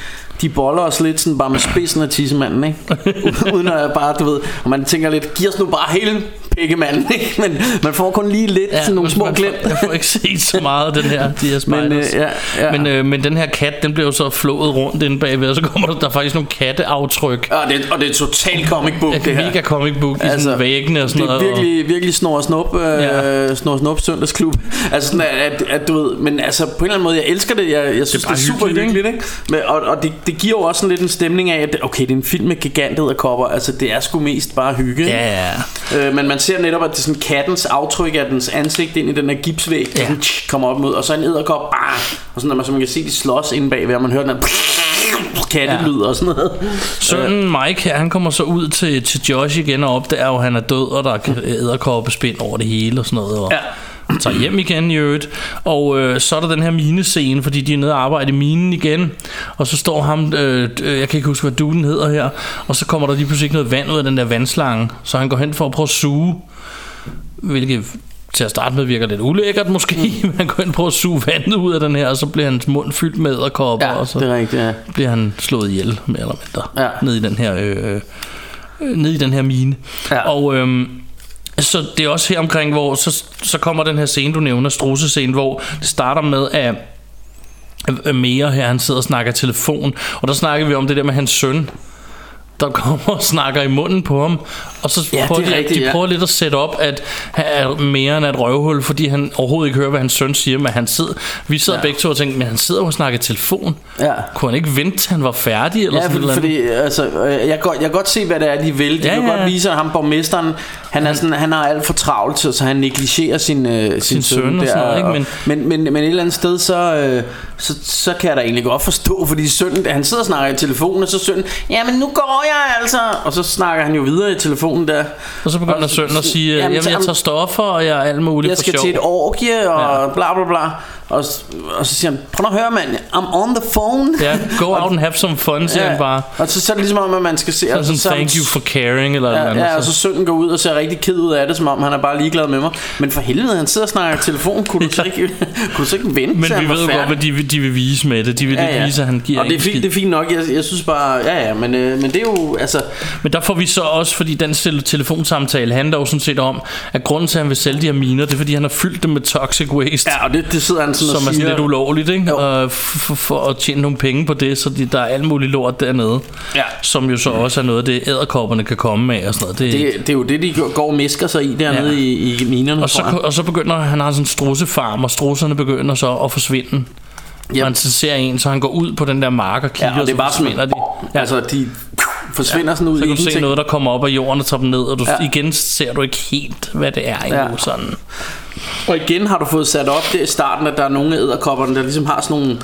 Speaker 4: de boller os lidt sådan bare med spidsen af tissemanden,
Speaker 3: [LAUGHS]
Speaker 4: ikke? Uden at bare, du ved, og man tænker lidt, giv os nu bare hele pikkemanden, ikke? Men man får kun lige lidt ja, sådan nogle
Speaker 3: men
Speaker 4: små
Speaker 3: man får-
Speaker 4: glem.
Speaker 3: Jeg får ikke set så meget af den her, de her spiders.
Speaker 4: [LAUGHS] Men, øh, ja, ja.
Speaker 3: Men, øh, men den her kat, den bliver jo så flået rundt inde bagved, og så kommer der, der er faktisk nogle katteaftryk.
Speaker 4: [LAUGHS] Og det, og det er totalt comic book,
Speaker 3: Det
Speaker 4: Uh, det her.
Speaker 3: mega comic book i altså, sådan væggene og sådan
Speaker 4: det er
Speaker 3: noget.
Speaker 4: virkelig, virkelig snor og snup, øh, ja.
Speaker 3: Ja.
Speaker 4: snor og snup søndagsklub. [LAUGHS] Altså sådan, at, at, at, du ved, men altså på en eller anden måde, jeg elsker det. Jeg, jeg synes, det er,
Speaker 3: bare
Speaker 4: super
Speaker 3: hyggeligt,
Speaker 4: hyggeligt, ikke? Men, og, og det, det, giver jo også sådan lidt en stemning af, at okay, det er en film med gigantet og kopper. Altså det er sgu mest bare hygge. ikke?
Speaker 3: Og, ja, ja.
Speaker 4: Øh, men man ser netop, at det er sådan kattens aftryk af dens ansigt ind i den her gipsvæg, der
Speaker 3: Ja.
Speaker 4: sådan, tsk, kommer op mod, og så en æderkop, bah, og sådan, at man, så man kan se, de slås inde bagved, og man hører den her kattelyd og sådan noget.
Speaker 3: Sønnen Mike her, han kommer så ud til, til Josh igen og opdager jo, at han er død, og der er æderkoppespind over det hele og sådan noget. Og
Speaker 4: Ja.
Speaker 3: tager hjem igen i øvrigt. Og øh, så er der den her minescene, fordi de er nede og arbejde i minen igen. Og så står ham, øh, øh, jeg kan ikke huske, hvad duden hedder her. Og så kommer der lige pludselig ikke noget vand ud af den der vandslange. Så han går hen for at prøve at suge. Hvilket til at starte med virker lidt ulækkert måske. [LAUGHS] Mm. Men han går hen og prøver at suge vandet ud af den her, og så bliver hans mund fyldt med æderkopper. og så
Speaker 4: det er rigtigt, ja.
Speaker 3: bliver han slået ihjel, mere eller mindre,
Speaker 4: Ja.
Speaker 3: ja. ned i den her øh, øh, ned i den her mine.
Speaker 4: Ja.
Speaker 3: Ja. Og øhm, så det er også her omkring, hvor så, så kommer den her scene, du nævner, strussescenen, hvor det starter med, at at mere her, han sidder og snakker i telefon, og der snakker vi om det der med hans søn, der [LAUGHS] kommer og snakker i munden på ham, og så
Speaker 4: Ja,
Speaker 3: ja, prøver
Speaker 4: det er
Speaker 3: de,
Speaker 4: rigtigt,
Speaker 3: de
Speaker 4: ja.
Speaker 3: prøver lidt at sætte op, at han er mere end et røvhul, fordi han overhovedet ikke hører, hvad hans søn siger, men han sidder, vi sidder ja.
Speaker 4: Ja.
Speaker 3: begge to og tænker, men han sidder jo og snakker i telefon.
Speaker 4: Ja.
Speaker 3: Kunne han ikke vente, til han var færdig, eller
Speaker 4: Ja,
Speaker 3: sådan
Speaker 4: fordi,
Speaker 3: noget?
Speaker 4: fordi altså, øh, jeg, kan godt, jeg kan godt se, hvad det er, de vil. De ja,
Speaker 3: Ja,
Speaker 4: kan ja.
Speaker 3: ja.
Speaker 4: godt vise, at ham borgmesteren, han, er sådan, han har alt for travlt, så så han negligerer sin, øh, sin, sin søn,
Speaker 3: søn og
Speaker 4: der.
Speaker 3: sådan noget, ikke?
Speaker 4: og-
Speaker 3: Men-
Speaker 4: men, men, men et eller andet sted, så, øh, så, så kan jeg da egentlig godt forstå, [LAUGHS] fordi sønnen, han sidder og snakker i telefonen, og så sønnen, jamen nu går jeg altså, og så snakker han jo videre i telefonen der.
Speaker 3: Og så begynder sønnen at sige,
Speaker 4: Jamen,
Speaker 3: jamen, jamen, jeg
Speaker 4: jamen,
Speaker 3: tager stoffer, og jeg er alt muligt
Speaker 4: Jeg
Speaker 3: for
Speaker 4: skal
Speaker 3: sjov.
Speaker 4: til et orgie, og ja.
Speaker 3: Ja.
Speaker 4: bla bla bla. Og, s- og så siger han, prøv nu at høre mand, I'm on the phone.
Speaker 3: Ja, go out and have some fun,
Speaker 4: [LAUGHS]
Speaker 3: siger ja. han bare.
Speaker 4: Og så, så er det ligesom om, at man skal se...
Speaker 3: Og sådan, thank you for caring, eller
Speaker 4: Ja,
Speaker 3: noget
Speaker 4: ja, og
Speaker 3: andet.
Speaker 4: så
Speaker 3: så-
Speaker 4: sønnen går ud og ser rigtig ked ud af det, som om han er bare ligeglad med mig. Men for helvede, han sidder og snakker i telefon. Kunne du så ikke, [LAUGHS] kunne du så ikke vente til
Speaker 3: Men vi
Speaker 4: han var
Speaker 3: ved jo godt,
Speaker 4: færdig?
Speaker 3: hvad de, vil- de vil vise med det. De vil ja, ja. vise, at han giver
Speaker 4: Og det er,
Speaker 3: en
Speaker 4: fint,
Speaker 3: skid.
Speaker 4: det er fint nok. Jeg, jeg synes bare, ja ja, men, øh, men det er jo, altså...
Speaker 3: Men der får vi så også, fordi den sel- telefonsamtale handler jo sådan set om, at grunden til, at han vil sælge de her miner, det er, fordi han har fyldt dem med toxic waste.
Speaker 4: Ja, og det, det sidder han Andersen og
Speaker 3: som er sådan
Speaker 4: siger-
Speaker 3: lidt ulovligt, ikke? Og for, for at tjene nogle penge på det, så de, der er alt muligt lort dernede.
Speaker 4: Ja.
Speaker 3: Som jo så også er noget, det æderkopperne kan komme af og sådan noget. Det, det
Speaker 4: Det, det er jo det, de går og misker sig i dernede
Speaker 3: Ja.
Speaker 4: ja. i, i minerne,
Speaker 3: og, så,
Speaker 4: tror jeg.
Speaker 3: og så begynder han har sådan en strussefarm, og strusserne begynder så at forsvinde.
Speaker 4: Yep.
Speaker 3: Yep. Man så ser en, så han går ud på den der mark og kigger,
Speaker 4: Ja, og det er bare sådan,
Speaker 3: forsvinder de.
Speaker 4: ja. altså de forsvinder ja. sådan ud
Speaker 3: Så
Speaker 4: i
Speaker 3: kan du se
Speaker 4: ingenting.
Speaker 3: noget, der kommer op af jorden og tager dem ned, og du,
Speaker 4: Ja.
Speaker 3: ja. igen ser du ikke helt, hvad det er endnu.
Speaker 4: Ja.
Speaker 3: Ja. Sådan.
Speaker 4: Og igen har du fået sat op der i starten, at der er nogle af æderkopperne, der ligesom har sådan nogle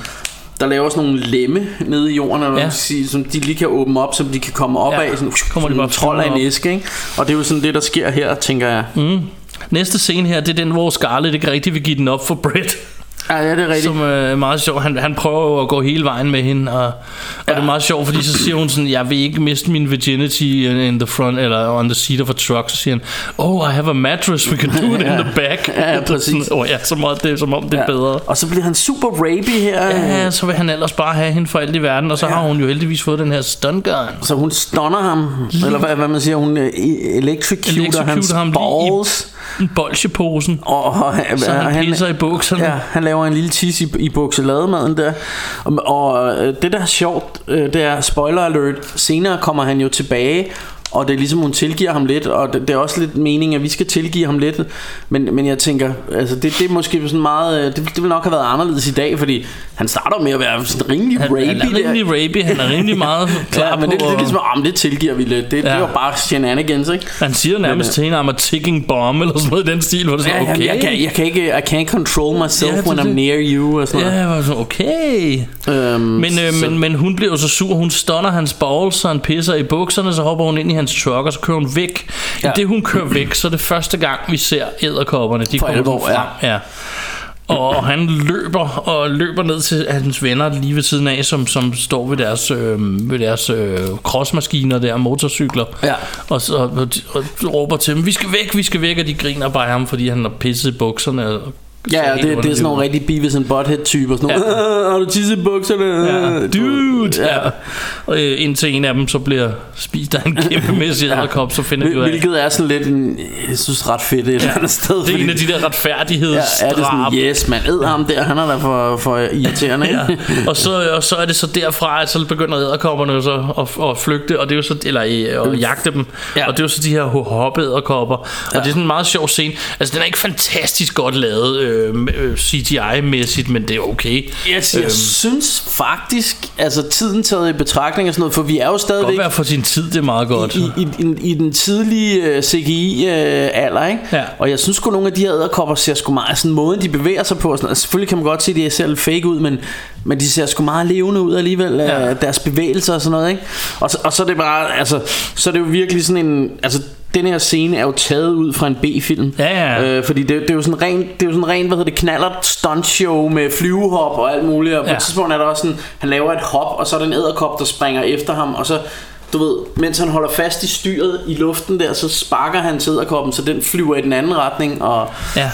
Speaker 4: der laver sådan nogle lemme nede i jorden, eller hvad
Speaker 3: Ja.
Speaker 4: man skal sige, som de lige kan åbne op, som de kan komme op ja.
Speaker 3: Ja.
Speaker 4: af, sådan,
Speaker 3: Så kommer de
Speaker 4: sådan
Speaker 3: bare
Speaker 4: en trold af en
Speaker 3: flyvende op.
Speaker 4: æske, ikke? Og det er jo sådan det, der sker her, tænker jeg. Mm.
Speaker 3: Næste scene her, det er den, hvor Scarlett ikke rigtig vil give den op for Brett.
Speaker 4: Ja, ja, det er rigtigt.
Speaker 3: Som øh, er meget sjov. Han, han prøver jo at gå hele vejen med hende, og, og ja. det er meget sjovt, fordi så siger hun sådan, jeg vil ikke miste min virginity in in the front, eller on the seat of a truck. Så siger han, oh, I have a mattress, we can do it in the back.
Speaker 4: [LAUGHS] Ja,
Speaker 3: Det
Speaker 4: ja,
Speaker 3: er sådan,
Speaker 4: præcis.
Speaker 3: Åh oh, ja, så meget, det er som om det er
Speaker 4: ja.
Speaker 3: bedre.
Speaker 4: Og så bliver han super rapey her.
Speaker 3: Ja, så vil han ellers bare have hende for alt i verden, og så har hun jo heldigvis fået den her stun gun.
Speaker 4: Så hun stunner ham, eller hvad, hvad man siger, hun øh, i- electrocuter,
Speaker 3: Electrocuter
Speaker 4: hans
Speaker 3: ham lige i-
Speaker 4: balls.
Speaker 3: En bolsjeposen.
Speaker 4: Og, og,
Speaker 3: Så
Speaker 4: og
Speaker 3: han pisser i bukserne.
Speaker 4: Ja, han laver en lille tis i, i bukselademaden der. Og, og øh, det, der er sjovt, øh, det er, spoiler alert, senere kommer han jo tilbage, og det er ligesom, hun tilgiver ham lidt, og det, det er også lidt meningen, at vi skal tilgive ham lidt. Men, men jeg tænker, altså det, det er måske sådan meget, øh, det, det ville nok have været anderledes i dag, fordi han starter med at være sådan rimelig
Speaker 3: Han,
Speaker 4: rapey
Speaker 3: han er
Speaker 4: der.
Speaker 3: rimelig rapey, han er rimelig meget klar
Speaker 4: [LAUGHS] Ja, men det,
Speaker 3: på øh,
Speaker 4: det er
Speaker 3: at-
Speaker 4: ligesom, om det tilgiver vi lidt. Det, ja. det
Speaker 3: Ja.
Speaker 4: var bare shenanigans, ikke?
Speaker 3: Han siger nærmest
Speaker 4: Men, øh,
Speaker 3: til hende, I'm a ticking bomb, eller sådan noget i den stil, hvor det er sådan,
Speaker 4: Ja,
Speaker 3: okay.
Speaker 4: okay. jeg, kan, jeg kan ikke, I can't control myself
Speaker 3: Ja,
Speaker 4: ja,
Speaker 3: det er
Speaker 4: when I'm
Speaker 3: det.
Speaker 4: near you og sådan
Speaker 3: Ja,
Speaker 4: noget.
Speaker 3: jeg var sådan, okay.
Speaker 4: Øhm,
Speaker 3: Men, øh, men, men hun bliver jo så sur, hun stunner hans balls, så han pisser i bukserne, så hopper hun ind i hans truck, og så kører hun væk. Ja.
Speaker 4: Ja.
Speaker 3: I det hun kører væk, så er det første gang, vi ser æderkopperne. De
Speaker 4: For
Speaker 3: kommer sådan
Speaker 4: alvor, ja.
Speaker 3: frem. Ja. Og, og han løber og løber ned til hans venner lige ved siden af, som, som står ved deres, øh, ved deres øh, crossmaskiner der, motorcykler.
Speaker 4: Ja.
Speaker 3: Og så og, og, råber til dem, vi skal væk, vi skal væk, og de griner bare af ham, fordi han har pisset i bukserne. og-
Speaker 4: Ja,
Speaker 3: ser
Speaker 4: ja
Speaker 3: helt
Speaker 4: det, det er
Speaker 3: underlig
Speaker 4: sådan nogle
Speaker 3: ud.
Speaker 4: rigtige Beavis and Butthead-typer. Sådan
Speaker 3: Ja.
Speaker 4: nogle, "Øh, har du tisset i bukserne?
Speaker 3: Ja,
Speaker 4: Øh,
Speaker 3: dude!
Speaker 4: Ja.
Speaker 3: Ja. Og øh, indtil en af dem så bliver spist af
Speaker 4: [LAUGHS]
Speaker 3: en kæmpemæssig æderkop, så finder de
Speaker 4: Hvil-
Speaker 3: ud af,
Speaker 4: Hvilket er sådan lidt en, jeg synes, ret fedt et eller andet sted.
Speaker 3: det er en af de der
Speaker 4: [LAUGHS] ja, er det
Speaker 3: retfærdighedsdrab.
Speaker 4: sådan, yes, man æd ham der, han er da for, for irriterende. ikke?
Speaker 3: Ja. Og, så, øh, og så er det så derfra, at så begynder æderkopperne jo så at, at flygte, og det er jo så, eller øh, at jagte dem.
Speaker 4: Øhm, Ja.
Speaker 3: Ja. Og det er jo så de her hoppæderkopper. Og ja. det er sådan en meget sjov scene. Altså, den er ikke fantastisk godt lavet øh, øh, CGI-mæssigt, men det er okay.
Speaker 4: Jeg,
Speaker 3: Øhm.
Speaker 4: jeg synes faktisk, altså tiden taget i betragtning og sådan noget, for vi er jo
Speaker 3: Det
Speaker 4: stadigvæk
Speaker 3: kan godt være for sin tid, det er meget godt.
Speaker 4: i, i, i, i den tidlige uh, CGI-alder, øh, ikke?
Speaker 3: Ja.
Speaker 4: Og jeg synes sgu, nogle af de her æderkopper ser sgu meget... Sådan måden, de bevæger sig på. og Sådan, altså, selvfølgelig kan man godt se, at de ser lidt fake ud, men, men de ser sgu meget levende ud alligevel. Ja.
Speaker 3: Ja.
Speaker 4: Deres bevægelser og sådan noget, ikke? Og, så- og så er det bare... Altså, så er det jo virkelig sådan en... Altså, den her scene er jo taget ud fra en B-film.
Speaker 3: Ja, ja.
Speaker 4: Øh, fordi det, det, er jo sådan ren, det er jo sådan ren, hvad hedder det, knallert stunt show med flyvehop og alt muligt. Og på ja.
Speaker 3: Ja.
Speaker 4: et tidspunkt er der også sådan, han laver et hop, og så er der en æderkop, der springer efter ham, og så du ved, mens han holder fast i styret i luften der, så sparker han til æderkoppen, så den flyver i den anden retning, og
Speaker 3: Ja.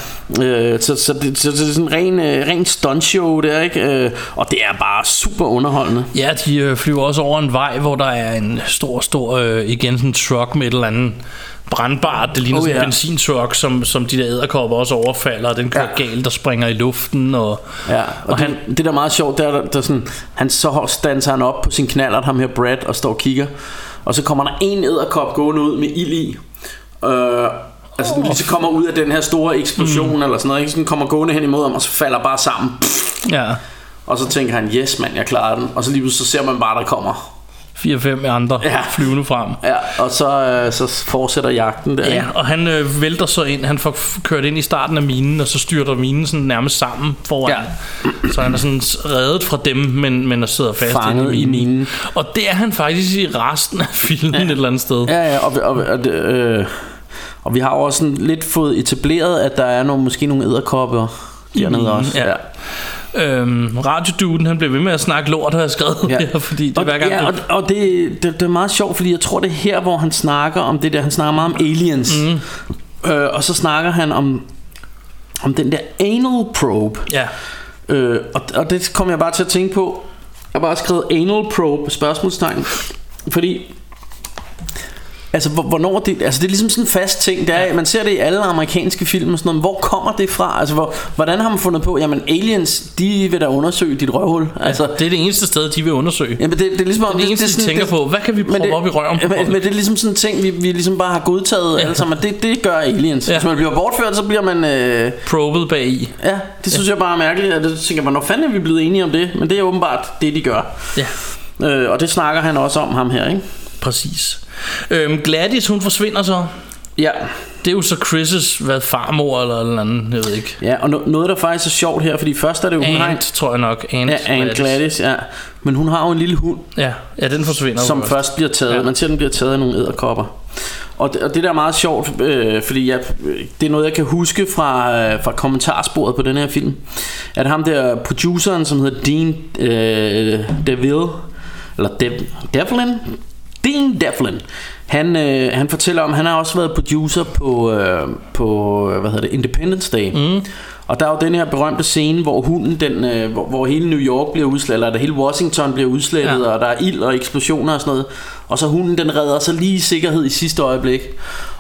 Speaker 4: øh, så, så, det, så, så det er sådan en ren, øh, ren stuntshow der, ikke? Øh, og det er bare super underholdende.
Speaker 3: Ja, de øh, flyver også over en vej, hvor der er en stor, stor, øh, igen sådan en truck med et eller andet brandbart. Det ligner
Speaker 4: Oh,
Speaker 3: oh, sådan
Speaker 4: ja.
Speaker 3: en benzintruck, som, som de der æderkopper også overfalder, og den kører
Speaker 4: Ja.
Speaker 3: ja. galt og springer i luften. Og,
Speaker 4: Ja,
Speaker 3: og,
Speaker 4: og, og
Speaker 3: han,
Speaker 4: han, det, der er meget sjovt, det er, der, der sådan, han så standser han op på sin knaller, ham her Brad, og står og kigger. Og så kommer der en æderkop gående ud med ild i. Øh, altså den lige så kommer ud af den her store eksplosion mm. eller sådan noget, ikke? Så den kommer gående hen imod ham, og så falder bare sammen.
Speaker 3: ja,
Speaker 4: Og så tænker han, yes mand, jeg klarer den. Og så lige pludselig så ser man bare, der kommer.
Speaker 3: 4-5 andre
Speaker 4: Ja.
Speaker 3: ja. flyvende frem.
Speaker 4: Ja, og så, øh, så fortsætter jagten der.
Speaker 3: Ja,
Speaker 4: ikke?
Speaker 3: og han øh, vælter så ind. Han får f- kørt ind i starten af minen, og så styrter minen sådan nærmest sammen foran. Ja. Så han er sådan reddet fra dem, men, men er sidder fast
Speaker 4: Fanget
Speaker 3: inde i
Speaker 4: i
Speaker 3: minen.
Speaker 4: minen.
Speaker 3: Og det er han faktisk i resten af filmen ja. et eller andet sted.
Speaker 4: Ja, ja, og, og, og, det, øh, og vi har jo også sådan lidt fået etableret, at der er nogle, måske nogle æderkopper dernede også.
Speaker 3: ja. Øhm, Radioduden, han blev ved med at snakke lort, har jeg skrevet
Speaker 4: [LAUGHS]
Speaker 3: ja. her, fordi det er
Speaker 4: og,
Speaker 3: hver gang...
Speaker 4: ja, og, og det, det, det er meget sjovt, fordi jeg tror, det er her, hvor han snakker om det der. Han snakker meget om aliens. Mm. Øh, og så snakker han om, om den der anal probe.
Speaker 3: ja.
Speaker 4: Øh, og, og det kom jeg bare til at tænke på. Jeg har bare skrevet anal probe, spørgsmålstegn. Fordi Altså, hvor- hvornår det... Altså, det er ligesom sådan en fast ting. Det er, Man ser det i alle amerikanske film og sådan noget. men Hvor kommer det fra? Altså, hvor, hvordan har man fundet på... Jamen, aliens, de vil da undersøge dit røvhul. Altså,
Speaker 3: Det er det eneste sted, de vil undersøge.
Speaker 4: Jamen det, det er ligesom om,
Speaker 3: Det er det eneste, de tænker på. Hvad kan vi
Speaker 4: men
Speaker 3: proppe
Speaker 4: det-
Speaker 3: op i røven på
Speaker 4: ja,
Speaker 3: folk?
Speaker 4: Men, men det er ligesom sådan en ting, vi, vi ligesom bare har godtaget
Speaker 3: Ja.
Speaker 4: alle sammen. at Det, det gør aliens.
Speaker 3: Ja.
Speaker 4: Hvis man bliver bortført, så bliver man... Øh,
Speaker 3: Probet bagi.
Speaker 4: ja, det synes jeg bare er mærkeligt. Og det tænker man, hvor fanden er vi blevet enige om det? Men det er åbenbart det, de gør.
Speaker 3: Ja,
Speaker 4: Øh, og det snakker han også om, ham her, ikke?
Speaker 3: præcis. Øhm, Gladys, hun forsvinder så.
Speaker 4: Ja.
Speaker 3: Det er jo så Chris' hvad, farmor eller eller andet, jeg ved ikke.
Speaker 4: Ja, og no, noget, der faktisk er sjovt her, fordi først er det jo... Hun har en,
Speaker 3: Ant, tror jeg nok. Ant,
Speaker 4: ja, Aunt Gladys, ja. Men hun har jo en lille hund,
Speaker 3: Ja, ja, den forsvinder.
Speaker 4: som
Speaker 3: jo også.
Speaker 4: først bliver taget.
Speaker 3: Ja.
Speaker 4: Ja. Man ser, den bliver taget af nogle æderkopper. Og det, og det der er meget sjovt, øh, fordi jeg, det er noget, jeg kan huske fra, øh, fra kommentarsporet på den her film. At ham der produceren, som hedder Dean øh, Deville, eller Dev, Devlin? Dean Devlin. Han, øh, han fortæller om, han har også været producer på, øh, på hvad hedder det, Independence Day. Mm. Og der er jo den her berømte scene, hvor hunden, den, øh, hvor, hvor hele New York bliver udslettet, eller der hele Washington bliver udslettet,
Speaker 3: Ja.
Speaker 4: ja. og der er ild og eksplosioner og sådan noget. Og så hunden, den redder sig lige i sikkerhed i sidste øjeblik.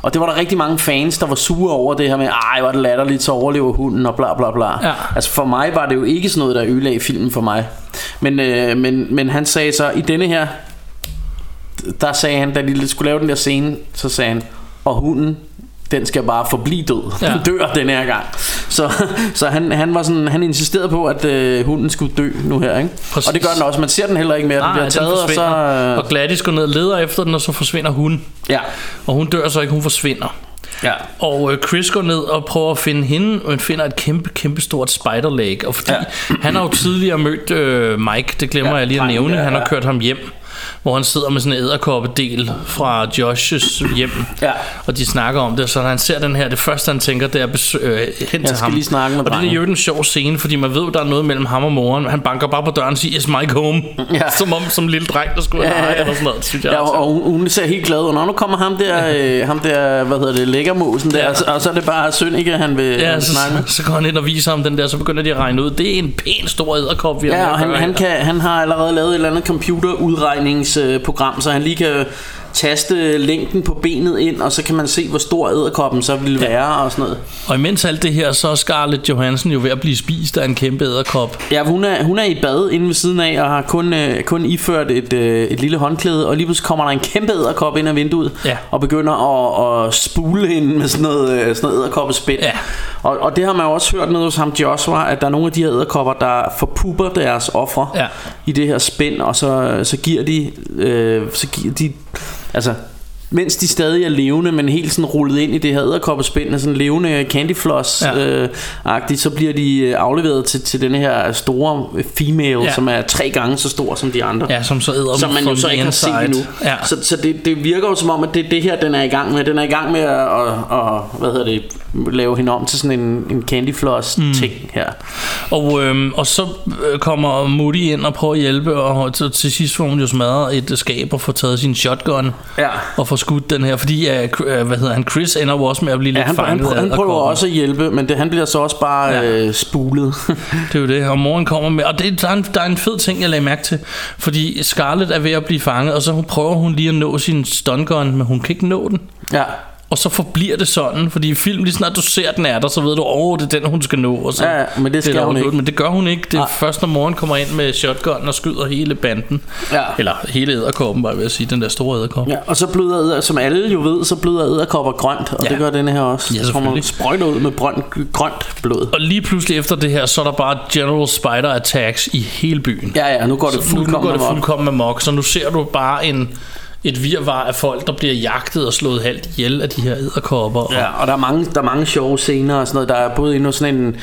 Speaker 4: Og det var der rigtig mange fans, der var sure over det her med, ej, hvor er det latterligt, så overlever hunden og bla bla bla.
Speaker 3: Ja.
Speaker 4: Altså for mig var det jo ikke sådan noget, der ødelagde filmen for mig. Men, øh, men, men han sagde så, i denne her, der sagde han, da de skulle lave den der scene, så sagde han, og hunden, den skal bare forblive død. Den
Speaker 3: Ja.
Speaker 4: dør den her gang. Så, så han, han, var sådan, han insisterede på, at øh, hunden skulle dø nu her. Ikke?
Speaker 3: Præcis.
Speaker 4: Og det gør den også. Man ser den heller ikke mere. den
Speaker 3: Nej,
Speaker 4: bliver
Speaker 3: Ah, den
Speaker 4: taget, og så...
Speaker 3: forsvinder. Og
Speaker 4: Øh,
Speaker 3: Gladys går ned og leder efter den, og så forsvinder hun.
Speaker 4: ja.
Speaker 3: Og hun dør så ikke, hun forsvinder.
Speaker 4: ja.
Speaker 3: Og øh, Chris går ned og prøver at finde hende, men finder et kæmpe, kæmpe stort spiderlæg. Og fordi ja. han har jo tidligere mødt øh, Mike, det glemmer ja,
Speaker 4: Ja,
Speaker 3: jeg lige at
Speaker 4: drengen
Speaker 3: nævne,
Speaker 4: der,
Speaker 3: han har
Speaker 4: ja.
Speaker 3: kørt ham hjem. Hvor han sidder med sådan en æderkoppedel fra Joshes hjem.
Speaker 4: Ja.
Speaker 3: Og de snakker om det, så når han ser den her, det første han tænker, det er at besøge, øh, hen til ham.
Speaker 4: skal lige snakke
Speaker 3: Og
Speaker 4: med
Speaker 3: det er
Speaker 4: drengen.
Speaker 3: jo en sjov scene, fordi man ved, der er noget mellem ham og moren. Han banker bare på døren og siger, is Mike home? Ja.
Speaker 4: Ja.
Speaker 3: [LAUGHS] Som om som lille dreng, der skulle
Speaker 4: Ja,
Speaker 3: ja,
Speaker 4: ja,
Speaker 3: ja,
Speaker 4: ja.
Speaker 3: eller sådan noget. det Synes jeg
Speaker 4: Ja,
Speaker 3: også.
Speaker 4: og, og hun, hun ser helt glad ud. Nå, nu kommer ham der, øh, ham der, hvad hedder det, lækkermosen der,
Speaker 3: Ja.
Speaker 4: ja. og, så- og så er det bare synd ikke, at han vil, ja,
Speaker 3: Ja,
Speaker 4: vil
Speaker 3: så,
Speaker 4: snakke med.
Speaker 3: så går han ind og viser ham den der, så begynder de at regne ud. Det er en pæn stor æderkop, vi har
Speaker 4: Ja,
Speaker 3: med
Speaker 4: og
Speaker 3: at
Speaker 4: han,
Speaker 3: gøre
Speaker 4: han,
Speaker 3: her.
Speaker 4: kan, han har allerede lavet et eller andet computerudregningsprogram, så han lige kan taste længden på benet ind, og så kan man se, hvor stor æderkoppen så ville være og sådan noget.
Speaker 3: Og imens alt det her, så er Scarlett Johansson jo ved at blive spist af en kæmpe æderkop.
Speaker 4: Ja, hun er, hun er i bad inde ved siden af, og har kun, øh, kun iført et, øh, et lille håndklæde, og lige pludselig kommer der en kæmpe æderkop ind ad vinduet,
Speaker 3: Ja.
Speaker 4: og begynder at, at spule hende med sådan noget, øh, sådan noget æderkoppespind.
Speaker 3: Ja.
Speaker 4: Og, og det har man jo også hørt nede hos ham Joshua, at der er nogle af de her æderkopper, der forpupper deres ofre
Speaker 3: Ja.
Speaker 4: i det her spænd, og så, så giver de... Øh, så giver de altså, mens de stadig er levende, men helt sådan rullet ind i det her æderkoppespind, sådan levende candyfloss
Speaker 3: Ja.
Speaker 4: ja. øh, agtigt, så bliver de øh, afleveret til, til den her store female,
Speaker 3: Ja.
Speaker 4: ja. som er tre gange så stor som de andre.
Speaker 3: Ja, som så æder dem
Speaker 4: Som man
Speaker 3: from
Speaker 4: jo så
Speaker 3: the
Speaker 4: ikke har set
Speaker 3: inside.
Speaker 4: endnu.
Speaker 3: Ja.
Speaker 4: Så, så det, det virker jo som om, at det er det her, den er i gang med. Den er i gang med at, at, at hvad hedder det, lave hende om til sådan en, en candyfloss ting
Speaker 3: Mm.
Speaker 4: her.
Speaker 3: Og, øhm, og så øh, kommer Moody ind og prøver at hjælpe, og til, til sidst får hun jo smadret et øh, skab og får taget sin shotgun.
Speaker 4: Ja.
Speaker 3: Og får skudt den her, fordi øh, Chr- øh, hvad hedder han, Chris ender jo også med at blive
Speaker 4: Ja,
Speaker 3: lidt
Speaker 4: han, han,
Speaker 3: fanget
Speaker 4: prøver,
Speaker 3: af
Speaker 4: han prøver
Speaker 3: æderkoppen.
Speaker 4: også at hjælpe, men det, han bliver så også bare
Speaker 3: Ja.
Speaker 4: ja. øh, spulet. [LAUGHS]
Speaker 3: Det er jo det, og moren kommer med. Og det, der, er en, der er en fed ting, jeg lagde mærke til. Fordi Scarlett er ved at blive fanget, og så hun- prøver hun lige at nå sin stungun, men hun kan ikke nå den.
Speaker 4: ja.
Speaker 3: Og så forbliver det sådan, fordi i film, lige snart du ser, den er der, så ved du, åh, oh, det er den, hun skal nå. Og så,
Speaker 4: Ja, ja, men det skal
Speaker 3: er
Speaker 4: hun
Speaker 3: overstået.
Speaker 4: ikke.
Speaker 3: Men det gør hun ikke. Det er
Speaker 4: Nej.
Speaker 3: først, når moren kommer ind med shotgun og skyder hele banden.
Speaker 4: Ja.
Speaker 3: Eller hele æderkoppen, var jeg ved at sige, den der store æderkop.
Speaker 4: ja. Og så bløder æder, som alle jo ved, så bløder æderkopper grønt, og
Speaker 3: Ja.
Speaker 4: ja. det gør den her også.
Speaker 3: Ja,
Speaker 4: så kommer
Speaker 3: selvfølgelig.
Speaker 4: sprøjter ud med grønt, grønt blod.
Speaker 3: Og lige pludselig efter det her, så er der bare general spider attacks i hele byen.
Speaker 4: Ja, ja, nu går det
Speaker 3: Så nu, nu går
Speaker 4: fuldkommen
Speaker 3: det
Speaker 4: amok.
Speaker 3: fuldkommen amok, så nu ser du bare en, et virvar af folk, der bliver jagtet og slået halvt ihjel af de her æderkopper. Og,
Speaker 4: Ja, og der er mange, der er mange sjove scener og sådan noget. Der er både inde hos sådan en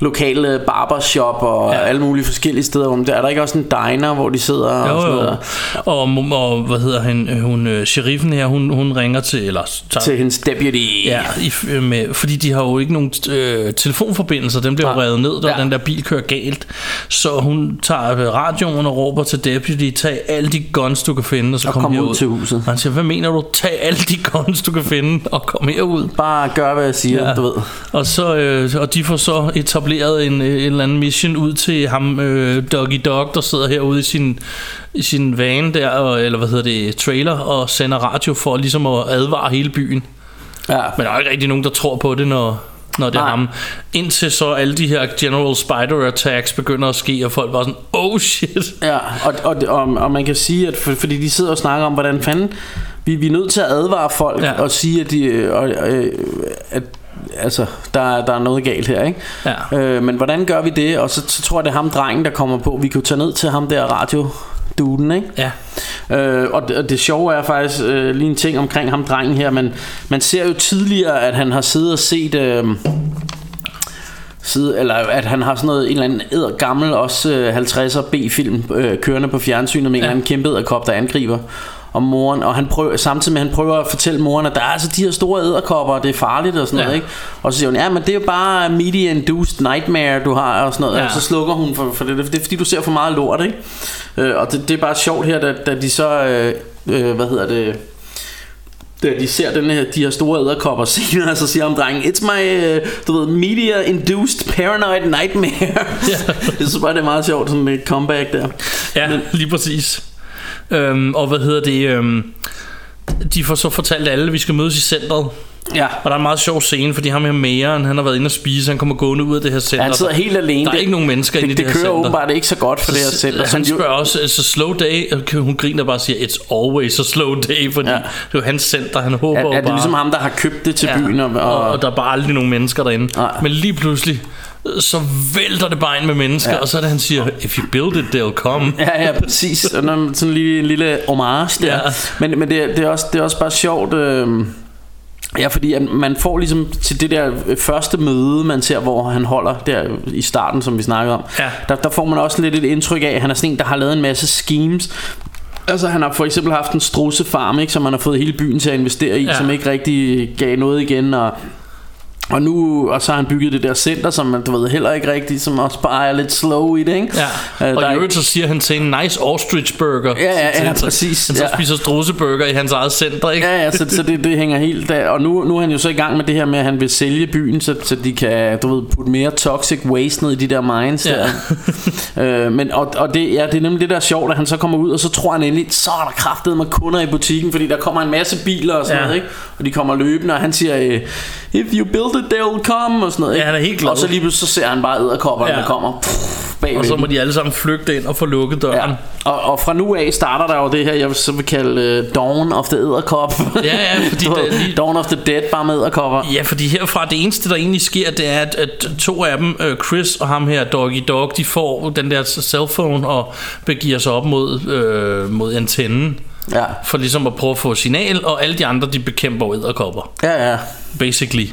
Speaker 4: lokal øh, barbershop og
Speaker 3: Ja.
Speaker 4: ja. alle mulige forskellige steder. Hvor man- Der er der ikke også en diner, hvor de sidder og
Speaker 3: Jo,
Speaker 4: sådan
Speaker 3: jo.
Speaker 4: noget.
Speaker 3: Og, mum- og hvad hedder han, øh, hun, øh, sheriffen her, hun, hun ringer til, eller tager,
Speaker 4: Til hendes deputy.
Speaker 3: Ja, i, øh, med, fordi de har jo ikke nogen øh, telefonforbindelser, den bliver jo
Speaker 4: Nej.
Speaker 3: revet ned, og ja.
Speaker 4: Ja.
Speaker 3: den der bil kører galt. Så hun tager øh, radioen og råber til deputy, tag alle de guns, du kan finde, og så
Speaker 4: Og
Speaker 3: kom,
Speaker 4: kom ud
Speaker 3: herud."
Speaker 4: til huset.
Speaker 3: Og han siger, hvad mener du, tag alle de guns, du kan finde, og kom herud.
Speaker 4: Bare gør, hvad jeg siger, ja. du ved.
Speaker 3: Og, så, øh, og de får så etableret en, øh, en eller anden mission ud til ham, øh, Doggy Dog, der sidder herude i sin, i sin van der, og, eller hvad hedder det, trailer, og sender radio for ligesom at advare hele byen.
Speaker 4: Ja.
Speaker 3: Men der er jo ikke rigtig nogen, der tror på det, når, når det er
Speaker 4: Nej.
Speaker 3: ham. Indtil så alle de her General Spider attacks begynder at ske, og folk bare sådan, oh shit.
Speaker 4: Ja, og, og, og, og man kan sige, at for, fordi de sidder og snakker om, hvordan fanden vi, vi er nødt til at advare folk
Speaker 3: Ja.
Speaker 4: ja. og sige, at, de, øh, og, øh, at altså, der, er- der er noget galt her, ikke?
Speaker 3: Ja.
Speaker 4: Øh, men hvordan gør vi det? Og så, så tror jeg, det er ham drengen, der kommer på. Vi kan jo tage ned til ham der radio duden, ikke?
Speaker 3: Ja,
Speaker 4: Øh, og, det, og det sjove er faktisk øh, lige en ting omkring ham drengen her, men man ser jo tidligere, at han har siddet og set... Øh, side, eller at han har sådan noget, en eller anden æder, gammel, også øh, 50'er B-film øh, kørende på fjernsynet med ja. en eller anden kæmpe æderkop, der angriber. Og moren, og han prøver, samtidig med at han prøver at fortælle moren, at der er altså de her store æderkopper, og det er farligt og sådan
Speaker 3: Ja.
Speaker 4: noget, ikke? Og så siger hun, ja, men det er jo bare media-induced nightmare, du har, og sådan noget.
Speaker 3: Ja.
Speaker 4: Ja. Og så slukker hun for, for det, det er fordi, du ser for meget lort, ikke? Øh, og det, det er bare sjovt her, da, da de så, øh, øh, hvad hedder det, da de ser den her, de her store æderkopper senere, så siger om drengen, it's my, øh, du ved, media-induced paranoid nightmare.
Speaker 3: [LAUGHS] Ja.
Speaker 4: jeg synes bare, det er meget sjovt, sådan et comeback der.
Speaker 3: ja men... lige præcis. Øhm, og hvad hedder det? Øhm, de får så fortalt alle, at vi skal mødes i centret.
Speaker 4: Ja,
Speaker 3: Og der er en meget sjov scene, fordi ham her Mæren, han har været inde og spise, han kommer gående ud af det her center.
Speaker 4: ja han sidder helt alene.
Speaker 3: der er
Speaker 4: Det-
Speaker 3: ikke nogen mennesker
Speaker 4: det,
Speaker 3: inde i det,
Speaker 4: det
Speaker 3: her
Speaker 4: kører
Speaker 3: center.
Speaker 4: åbenbart ikke så godt for det her center.
Speaker 3: Han
Speaker 4: som jo-
Speaker 3: spørger også, altså slow day, og hun griner bare og siger, it's always a slow day, fordi ja.
Speaker 4: Ja.
Speaker 3: det er jo hans center, han håber
Speaker 4: Er,
Speaker 3: jo
Speaker 4: er det
Speaker 3: bare...
Speaker 4: ligesom ham, der har købt det til ja. byen? Og,
Speaker 3: og,
Speaker 4: og,
Speaker 3: og der er bare aldrig nogen mennesker derinde.
Speaker 4: Nej.
Speaker 3: Men lige pludselig, øh, så vælter det bare ind med mennesker, ja. og så er det, han siger, if you build it, they'll come.
Speaker 4: Ja, ja, præcis. Og når man- sådan lige en lille homage der.
Speaker 3: Ja.
Speaker 4: Ja. Men, men det, er- det, er også, det er også bare sjovt... Øh, ja, fordi at man får ligesom til det der første møde, man ser, hvor han holder der i starten, som vi snakkede om.
Speaker 3: Ja.
Speaker 4: Der, der får man også lidt et indtryk af, at han er sådan en, der har lavet en masse schemes. Altså han har for eksempel haft en strussefarm, ikke, som han har fået hele byen til at investere i,
Speaker 3: Ja.
Speaker 4: ja. som ikke rigtig gav noget igen, og og nu og så har han bygget det der center, som du ved heller ikke rigtigt, som også bare er lidt slow i det, ikke?
Speaker 3: Ja.
Speaker 4: Øh,
Speaker 3: og
Speaker 4: der
Speaker 3: i
Speaker 4: er
Speaker 3: øvrigt så siger han til en nice ostrich burger.
Speaker 4: Ja, ja,
Speaker 3: Til-
Speaker 4: ja,
Speaker 3: til-
Speaker 4: præcis,
Speaker 3: Han så
Speaker 4: ja.
Speaker 3: spiser struseburger i hans eget center, ikke?
Speaker 4: Ja, ja, så, så det, det hænger helt der. Og nu, nu er han jo så i gang med det her med, at han vil sælge byen, så, så de kan, du ved, putte mere toxic waste ned i de der mines
Speaker 3: Ja.
Speaker 4: ja. der. øh, men, og, og det, ja, det er nemlig det, der er sjovt, at han så kommer ud, og så tror han endelig, så er der kraftet med kunder i butikken, fordi der kommer en masse biler og sådan
Speaker 3: Ja.
Speaker 4: ja. noget, ikke? Og de kommer løbende, og han siger, øh, if you build it, they'll come, og sådan noget, ikke?
Speaker 3: Ja, han er helt glad.
Speaker 4: Og så lige pludselig, så ser han bare æderkopperne,
Speaker 3: Ja.
Speaker 4: ja. der kommer pff, bagved.
Speaker 3: Og så
Speaker 4: dem.
Speaker 3: må de alle sammen flygte ind og få lukket
Speaker 4: Ja.
Speaker 3: døren.
Speaker 4: Og, og fra nu af starter der jo det her, jeg vil- så vil kalde uh, Dawn of the Edderkop.
Speaker 3: Ja,
Speaker 4: [LAUGHS]
Speaker 3: ja, fordi
Speaker 4: Du
Speaker 3: det er
Speaker 4: ved,
Speaker 3: lige-
Speaker 4: Dawn of the Dead, bare med edderkopper.
Speaker 3: Ja, fordi herfra det eneste, der egentlig sker, det er, at, at to af dem, øh, Chris og ham her, Doggy Dog, de får den der cellphone og begiver sig op mod, øh, mod antennen.
Speaker 4: Ja.
Speaker 3: For ligesom at prøve at få signal, og alle de andre, de bekæmper jo æderkopper,
Speaker 4: Ja, ja.
Speaker 3: basically.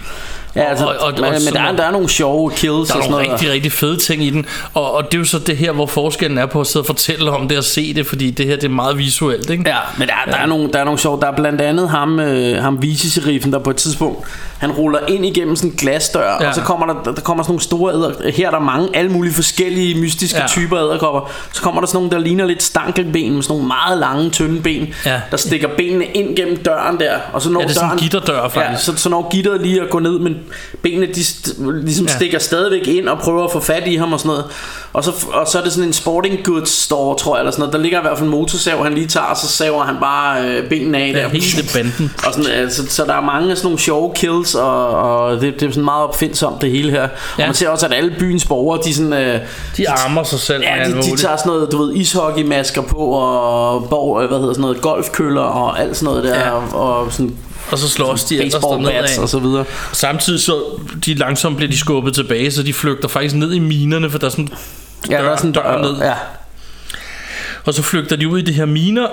Speaker 4: ja altså,
Speaker 3: Og- og- og-
Speaker 4: men, men der, er, der er nogle sjove kills
Speaker 3: Der
Speaker 4: og
Speaker 3: er
Speaker 4: sådan
Speaker 3: nogle
Speaker 4: noget.
Speaker 3: rigtig, rigtig fede ting i den, og, og det er jo så det her, hvor forskellen er på at sidde og fortælle om det og se det, fordi det her, det er meget visuelt, ikke?
Speaker 4: Ja, men der, der, er nogle, der er nogle sjove. Der er blandt andet ham, øh, ham viceseriffen, der på et tidspunkt, han ruller ind igennem sådan en glasdør,
Speaker 3: Ja.
Speaker 4: ja. og så kommer der, der kommer sådan nogle store æder, her er der mange, alle mulige forskellige mystiske
Speaker 3: Ja.
Speaker 4: ja. typer æderkopper. Så kommer der sådan nogle, der ligner lidt stankelben, med sådan nogle meget lange, tynde ben,
Speaker 3: Ja.
Speaker 4: ja. der stikker benene ind gennem døren der, og så når
Speaker 3: Ja, det er sådan en
Speaker 4: døren,
Speaker 3: gitterdør, faktisk.
Speaker 4: Ja, så, så når gitteret lige at gå ned, men benene de st- ligesom
Speaker 3: Ja.
Speaker 4: ja. stikker stadigvæk ind og prøver at få fat i ham og sådan noget. Og så, og så er det sådan en sporting goods store, tror jeg, eller sådan noget. Der ligger i hvert fald en motorsav, han lige tager, og så saver han bare øh, benene af
Speaker 3: Ja,
Speaker 4: der.
Speaker 3: hele banden.
Speaker 4: Og sådan, altså, så der er mange af sådan nogle sjove kills, og, og det, det er sådan meget opfindsomt det hele her.
Speaker 3: Ja.
Speaker 4: Og man ser også, at alle byens borgere, de sådan... Øh,
Speaker 3: De armer sig selv. og
Speaker 4: Ja,
Speaker 3: alt
Speaker 4: de, de
Speaker 3: muligt.
Speaker 4: tager sådan noget, du ved, ishockeymasker på, og borg, øh, hvad hedder sådan noget, golfkøller og alt sådan noget der,
Speaker 3: Ja.
Speaker 4: ja. og, og sådan
Speaker 3: og så slås de ellers
Speaker 4: baseballbats
Speaker 3: dernedad.
Speaker 4: og så videre.
Speaker 3: Samtidig så de langsomt bliver de skubbet tilbage, så de flygter faktisk ned i minerne, for der er sådan
Speaker 4: Ja, der er sådan
Speaker 3: dør ned.
Speaker 4: Ja,
Speaker 3: Og så flygter de ud i det her miner,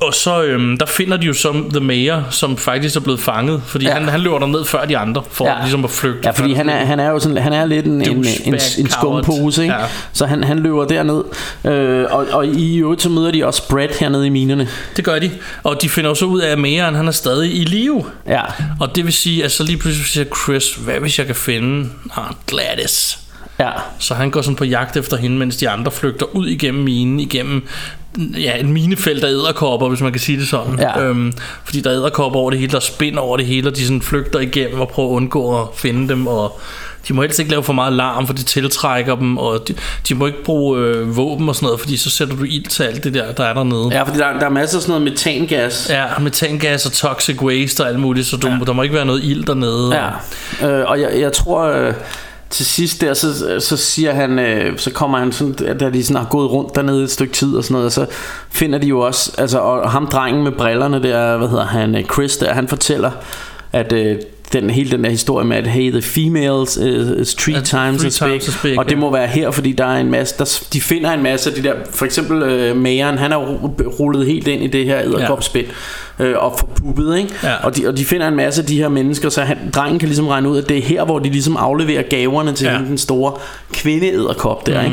Speaker 3: og så øhm, der finder de jo som The Mayor, som faktisk er blevet fanget, fordi ja.
Speaker 4: Ja.
Speaker 3: han, han løber ned før de andre, for ja.
Speaker 4: Ja.
Speaker 3: ligesom at flygte.
Speaker 4: ja fordi han er, han er jo sådan, han er lidt en, en, en, en
Speaker 3: Douchebag coward.
Speaker 4: skumpose, ikke?
Speaker 3: Ja.
Speaker 4: Ja. så han, han løber derned. Øh, og, og i øvrigt så møder de også Brad hernede i minerne.
Speaker 3: Det gør de, og de finder også ud af, at Mayeren han er stadig i live.
Speaker 4: Ja,
Speaker 3: Og det vil sige, at så lige pludselig siger Chris, hvad hvis jeg kan finde ah, Gladys?
Speaker 4: ja.
Speaker 3: Så han går sådan på jagt efter hende, mens de andre flygter ud igennem minen, igennem ja, en minefelt af æderkopper, hvis man kan sige det sådan.
Speaker 4: Ja.
Speaker 3: Øhm, fordi der er æderkopper over det hele, der er spind over det hele, og de sådan flygter igennem og prøver at undgå at finde dem, og De må helst ikke lave for meget larm, for det tiltrækker dem, og de, de må ikke bruge øh, våben og sådan noget, fordi så sætter du ild til alt det der, der er dernede.
Speaker 4: Ja, fordi der, der er masser af sådan noget metangas.
Speaker 3: Ja, metangas og toxic waste og alt muligt, så du, ja. der må ikke være noget ild dernede.
Speaker 4: Ja, øh, og jeg, jeg tror øh, til sidst der, så, så siger han, øh, så kommer han sådan, at da de sådan har gået rundt dernede et stykke tid og sådan noget, og så finder de jo også, altså og ham drengen med brillerne der, hvad hedder han, øh, Chris der, han fortæller, at øh, den, hele den der historie med, at hey, the females is, is three
Speaker 3: At
Speaker 4: times
Speaker 3: three
Speaker 4: as big,
Speaker 3: times as big,
Speaker 4: og det
Speaker 3: ja.
Speaker 4: må være her, fordi der er en masse, der, s- de finder en masse af de der, for eksempel øh, Mageren, han er jo ru- rullet helt ind i det her edderkopspind, øh, og forpuppet, ikke?
Speaker 3: Ja.
Speaker 4: Og, de, og de finder en masse af de her mennesker, så han, drengen kan ligesom regne ud, at det er her, hvor de ligesom afleverer gaverne til
Speaker 3: Ja. Mhm.
Speaker 4: ja. den store kvindeæderkop der, mm.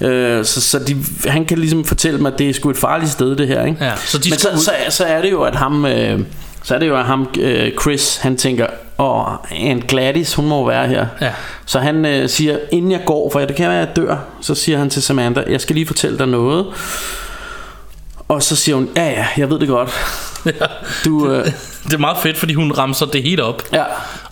Speaker 4: ikke? Øh, så så de, han kan ligesom fortælle dem, at det er sgu et farligt sted, det her, ikke?
Speaker 3: Ja, så de
Speaker 4: Men så,
Speaker 3: skal ud.
Speaker 4: så, så er det jo, at ham... Øh, så er det jo, at ham, øh, Chris, han tænker, åh, en Gladys, hun må jo være her.
Speaker 3: Ja.
Speaker 4: Så han øh, siger, inden jeg går, for det kan være, at jeg dør, så siger han til Samantha, jeg skal lige fortælle dig noget. Og så siger hun, ja ja, jeg ved det godt. Du,
Speaker 3: [LAUGHS]
Speaker 4: øh,
Speaker 3: [LAUGHS] Det er meget fedt, fordi hun ramser det helt op.
Speaker 4: ja,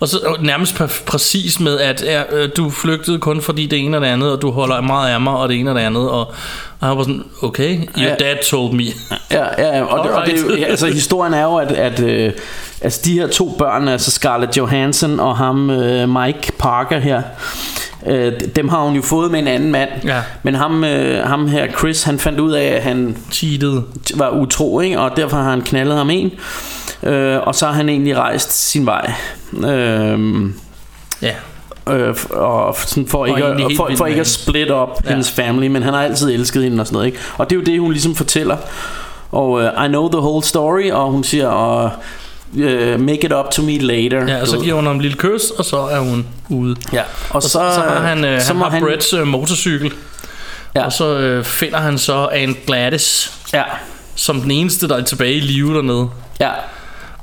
Speaker 3: Og så og nærmest præ- præcis med, at ja, øh, du flygtede kun fordi det ene og det andet, og du holder meget af mig, og det ene og det andet. Og, og han var sådan, okay, your
Speaker 4: Ja.
Speaker 3: dad told me.
Speaker 4: ja, ja, og, det, og det, er jo- ja, altså, historien er jo, at, at øh, altså, de her to børn, altså Scarlett Johansson og ham øh, Mike Parker her, øh, dem har hun jo fået med en anden mand.
Speaker 3: Ja.
Speaker 4: Men ham, øh, ham her, Chris, han fandt ud af, at han
Speaker 3: [LAUGHS] Cheated.
Speaker 4: var utro, ikke? og derfor har han knaldet ham en. Øh, og så har han egentlig rejst sin vej. Øh,
Speaker 3: Ja.
Speaker 4: øh, f- og f- sådan for, ikke,
Speaker 3: egentlig
Speaker 4: at,
Speaker 3: helt
Speaker 4: for,
Speaker 3: vild
Speaker 4: for
Speaker 3: med
Speaker 4: ikke at
Speaker 3: hende.
Speaker 4: split op ja. hendes family, men han har altid elsket hende og sådan noget. Ikke? Og det er jo det, hun ligesom fortæller. Og øh, I know the whole story, og hun siger, og, øh, make it up to me later.
Speaker 3: ja, og
Speaker 4: du
Speaker 3: så
Speaker 4: ved.
Speaker 3: giver hun ham en lille kys, og så er hun ude.
Speaker 4: ja. Og så,
Speaker 3: Så, så har han, øh,
Speaker 4: så
Speaker 3: han
Speaker 4: må
Speaker 3: har Brett's øh, motorcykel,
Speaker 4: Ja.
Speaker 3: ja. og så øh, finder han så Anne Gladys,
Speaker 4: Ja,
Speaker 3: som den eneste, der er tilbage i live dernede.
Speaker 4: ja,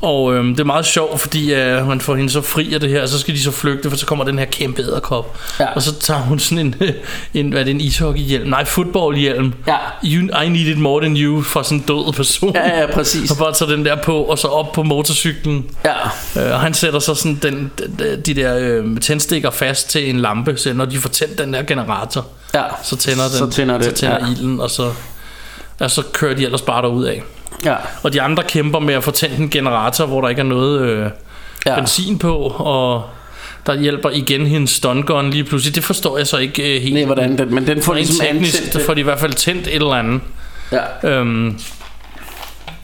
Speaker 3: Og øhm, det er meget sjovt, fordi øh, man får hende så fri af det her, og så skal de så flygte, for så kommer den her kæmpe æderkop.
Speaker 4: Ja.
Speaker 3: Og så tager hun sådan en, [LAUGHS] en hvad er det, en ishockeyhjelm? Nej, fodboldhjelm.
Speaker 4: Ja.
Speaker 3: You, I need it more than you for sådan en død person.
Speaker 4: ja, ja, præcis.
Speaker 3: Og bare tager den der på, og så op på motorcyklen.
Speaker 4: Ja.
Speaker 3: Øh, og han sætter så sådan den, de, de der øh, tændstikker fast til en lampe, så når de får tændt den der generator,
Speaker 4: Ja.
Speaker 3: så tænder den,
Speaker 4: Så tænder
Speaker 3: så
Speaker 4: det,
Speaker 3: tænder
Speaker 4: ja.
Speaker 3: ilden, og så, og så kører de ellers bare derud af.
Speaker 4: Ja.
Speaker 3: Og de andre kæmper med at få tændt en generator, hvor der ikke er noget øh,
Speaker 4: Ja.
Speaker 3: ja. benzin på, og der hjælper igen hendes stungun lige pludselig. Det forstår jeg så ikke øh, helt.
Speaker 4: Nej, hvordan den, men den får
Speaker 3: Rent
Speaker 4: ligesom
Speaker 3: teknisk
Speaker 4: antændt.
Speaker 3: får de i hvert fald tændt et eller andet.
Speaker 4: Ja,
Speaker 3: Øhm,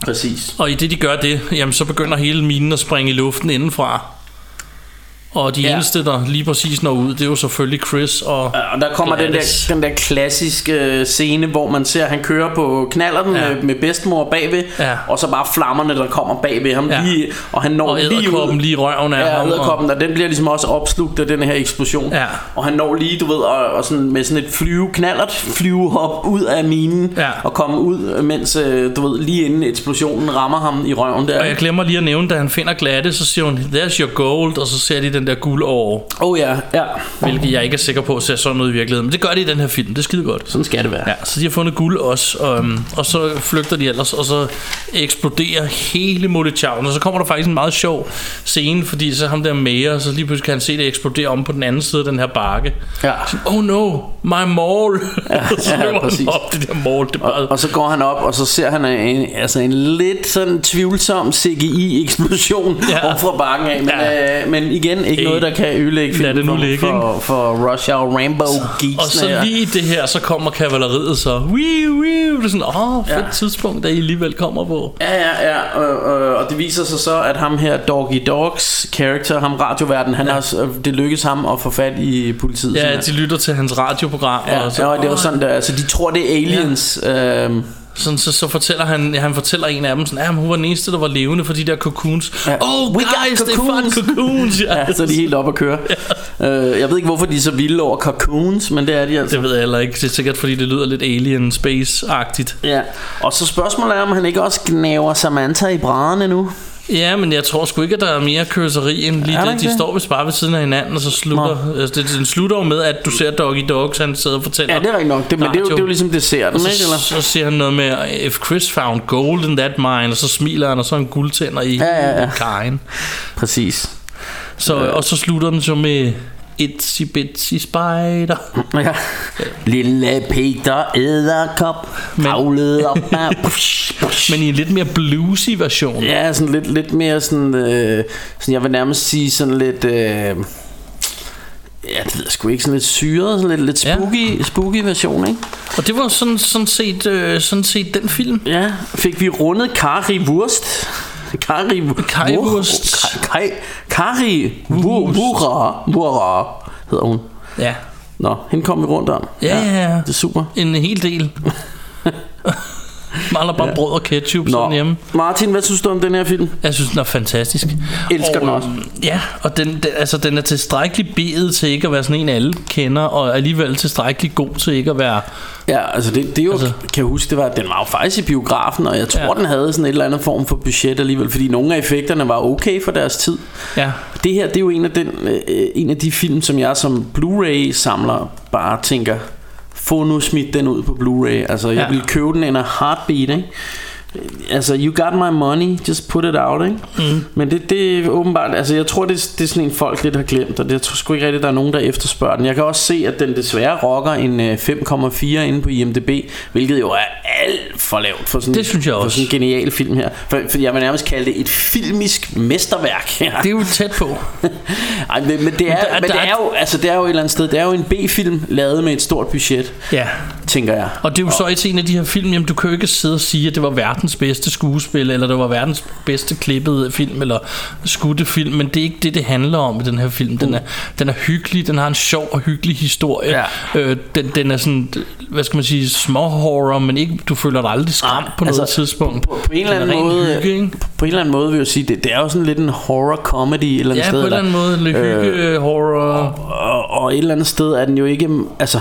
Speaker 4: præcis.
Speaker 3: og i det de gør det, jamen, så begynder hele minen at springe i luften indenfra. Og de
Speaker 4: Ja.
Speaker 3: ja. eneste, der lige præcis når ud, det er jo selvfølgelig Chris og...
Speaker 4: Ja, Øh, Og der kommer den der,
Speaker 3: Gladys.
Speaker 4: den der klassiske øh, scene, hvor man ser, at han kører på knallerten
Speaker 3: Ja.
Speaker 4: ja. med, med bedstemor bagved,
Speaker 3: Ja.
Speaker 4: og så bare flammerne, der kommer bagved ham ja.
Speaker 3: Ja.
Speaker 4: lige, og han når
Speaker 3: Og
Speaker 4: lige ud.
Speaker 3: æderkoppen lige i røven af
Speaker 4: Ja,
Speaker 3: ham. og,
Speaker 4: æderkoppen, og den bliver ligesom også opslugt af den her eksplosion.
Speaker 3: Ja.
Speaker 4: Og han når lige, du ved, og, og sådan, med sådan et flyve knallert, flyve op ud af minen,
Speaker 3: Ja.
Speaker 4: og komme ud, mens, øh, du ved, lige inden eksplosionen rammer ham i røven der.
Speaker 3: og jeg glemmer lige at nævne, da han finder glatte, så siger hun, there's your gold, og så ser de den der guld over.
Speaker 4: Oh ja, ja.
Speaker 3: Hvilket jeg ikke er sikker på ser sådan ud i virkeligheden. Men det gør de i den her film. Det er skide godt.
Speaker 4: Sådan skal det være.
Speaker 3: Ja, så de har fundet guld også, og, øhm, og så flygter de ellers, og så eksploderer hele Molotavlen, og så kommer der faktisk en meget sjov scene, fordi så ham der mager, så lige pludselig kan han se det eksplodere om på den anden side af den her bakke.
Speaker 4: Ja.
Speaker 3: Så, oh no, my mall! Ja, [LAUGHS] så
Speaker 4: ja,
Speaker 3: løber
Speaker 4: præcis.
Speaker 3: han op, det der mall, det er bare...
Speaker 4: Og så går han op, og så ser han en, altså en lidt sådan tvivlsom CGI-eksplosion ja.
Speaker 3: Ja.
Speaker 4: op fra bakken af. Men, ja.
Speaker 3: Ja.
Speaker 4: øh, men igen, ikke
Speaker 3: Ey,
Speaker 4: noget, der kan ødelægge
Speaker 3: lad det nu
Speaker 4: filmen
Speaker 3: ligge,
Speaker 4: for, for, for Rush Hour rambo geeksene
Speaker 3: Og så lige i det her, så kommer kavaleriet så. Wii, wii, det er sådan, åh, oh, fedt
Speaker 4: Ja.
Speaker 3: ja. tidspunkt, der I alligevel kommer på.
Speaker 4: Ja, ja, ja. Og, og, og det viser sig så, at ham her Doggy Dogs karakter, ham radioverden, han ja. har, øh, det lykkes ham at få fat i politiet.
Speaker 3: Ja,
Speaker 4: simpelthen.
Speaker 3: de lytter til hans radioprogram.
Speaker 4: Ja,
Speaker 3: og så,
Speaker 4: og det var
Speaker 3: "Åh,
Speaker 4: sådan der, altså de tror det er aliens ja. øhm,
Speaker 3: Sådan, så, så fortæller han, han fortæller en af dem, sådan, at hun var den eneste, der var levende for de der cocoons.
Speaker 4: Ja.
Speaker 3: Ja. Oh,
Speaker 4: We
Speaker 3: We
Speaker 4: got
Speaker 3: guys, they found
Speaker 4: cocoons."
Speaker 3: cocoons. Ja.
Speaker 4: [LAUGHS] Ja, så er de helt oppe at køre øh, Jeg ved ikke hvorfor de er så vilde over cocoons Men det er de altså
Speaker 3: Det ved jeg heller ikke. Det er sikkert, fordi det lyder lidt alien space-agtigt.
Speaker 4: Ja, og så spørgsmålet er, om han ikke også gnaver Samantha i brædderne nu?
Speaker 3: Ja, men jeg tror sgu ikke, at der er mere kørseri end lige
Speaker 4: Er der
Speaker 3: det.
Speaker 4: ikke
Speaker 3: De
Speaker 4: det?
Speaker 3: står vist bare ved siden af hinanden, og så slutter... Altså, det, den slutter jo med, at du ser Doggy Dogs, han sidder og fortæller.
Speaker 4: Ja, det er rigtigt nok. Det, men det er, jo, det er jo ligesom desserten, ikke?
Speaker 3: så,
Speaker 4: Eller?
Speaker 3: så siger han noget med, if Chris found gold in that mine, og så smiler han, og så er en guldtænder i
Speaker 4: ja, ja.
Speaker 3: kajen.
Speaker 4: Præcis.
Speaker 3: Så, og så slutter den så med Itsy Bitsy Spider.
Speaker 4: Ja. Lille Peter æderkop Havlede [LAUGHS] op af push, push.
Speaker 3: Men i en lidt mere bluesy version.
Speaker 4: Ja, sådan lidt, lidt mere sådan, øh, sådan Jeg vil nærmest sige sådan lidt øh, Ja, det ved jeg sgu ikke Sådan lidt syret, sådan lidt, lidt
Speaker 3: Ja.
Speaker 4: spooky, ja. spooky version, ikke?
Speaker 3: Og det var sådan, sådan, set, øh, sådan set den film.
Speaker 4: Ja, fik vi rundet Currywurst. Curry
Speaker 3: Currywurst. Wurst.
Speaker 4: Currywurst hedder hun.
Speaker 3: Ja.
Speaker 4: Nå, hende kom vi rundt om.
Speaker 3: Ja, ja, ja.
Speaker 4: Det er super.
Speaker 3: En hel [LAUGHS] del. Maler bare ja. brød og ketchup Nå. sådan hjemme.
Speaker 4: Martin, hvad synes du om den her film?
Speaker 3: Jeg synes, den er fantastisk.
Speaker 4: Elsker
Speaker 3: og,
Speaker 4: den også.
Speaker 3: øhm, Ja, og den, den, altså, den er tilstrækkeligt bedet til ikke at være sådan en, alle kender, og alligevel tilstrækkeligt god til ikke at være...
Speaker 4: Ja, altså det, det er jo,
Speaker 3: Altså-
Speaker 4: altså, kan jeg huske, det var, at den var jo faktisk i biografen, og jeg tror,
Speaker 3: Ja.
Speaker 4: ja. den havde sådan et eller andet form for budget alligevel, fordi nogle af effekterne var okay for deres tid.
Speaker 3: Ja,
Speaker 4: Det her, det er jo en af, den, øh, øh, en af de film, som jeg som Blu-ray-samler bare tænker, få nu smidt den ud på Blu-ray. Altså, jeg
Speaker 3: Ja.
Speaker 4: ja. ville købe den in a heartbeat, ikke? Altså, you got my money, just put it out, ikke? Mm. Men det, det er åbenbart, altså jeg tror, det, det er sådan en folk lidt har glemt, og det, jeg tror sgu ikke rigtigt, der er nogen, der efterspørger den. Jeg kan også se, at den desværre rocker en øh, 5,4 inde på IMDb, hvilket jo er alt for lavt for sådan,
Speaker 3: Det synes jeg
Speaker 4: for
Speaker 3: også.
Speaker 4: sådan en genial film her. For, for jeg vil nærmest kalde det et filmisk mesterværk her.
Speaker 3: det er jo tæt på.
Speaker 4: Ej, men, men, det er, men,
Speaker 3: der- der
Speaker 4: men
Speaker 3: er-
Speaker 4: det, er jo, altså, det er jo et eller andet sted Det er jo en B-film lavet med et stort budget
Speaker 3: Ja.
Speaker 4: Tænker jeg
Speaker 3: Og det er jo så et en af de her film, jamen du kan jo ikke sidde og sige, at det var verdens bedste skuespil, eller det var verdens bedste klippede film, eller skudte film, men det er ikke det, det handler om i den her film.
Speaker 4: Uh.
Speaker 3: Den er, den er hyggelig, den har en sjov og hyggelig historie.
Speaker 4: Ja.
Speaker 3: Øh, den, den er sådan, hvad skal man sige, små horror, men ikke, du føler dig aldrig skræmt
Speaker 4: Nej,
Speaker 3: på noget
Speaker 4: altså,
Speaker 3: tidspunkt.
Speaker 4: på, på, en eller
Speaker 3: Den er
Speaker 4: anden
Speaker 3: ren
Speaker 4: måde, øh,
Speaker 3: Hygge, ikke?
Speaker 4: på en eller anden måde vil jeg jo sige det, det er jo sådan lidt en horror-comedy et eller andet
Speaker 3: Ja, på
Speaker 4: sted,
Speaker 3: en eller anden måde, lidt
Speaker 4: øh,
Speaker 3: hygge, øh, horror.
Speaker 4: og, og et eller andet sted er den jo ikke Altså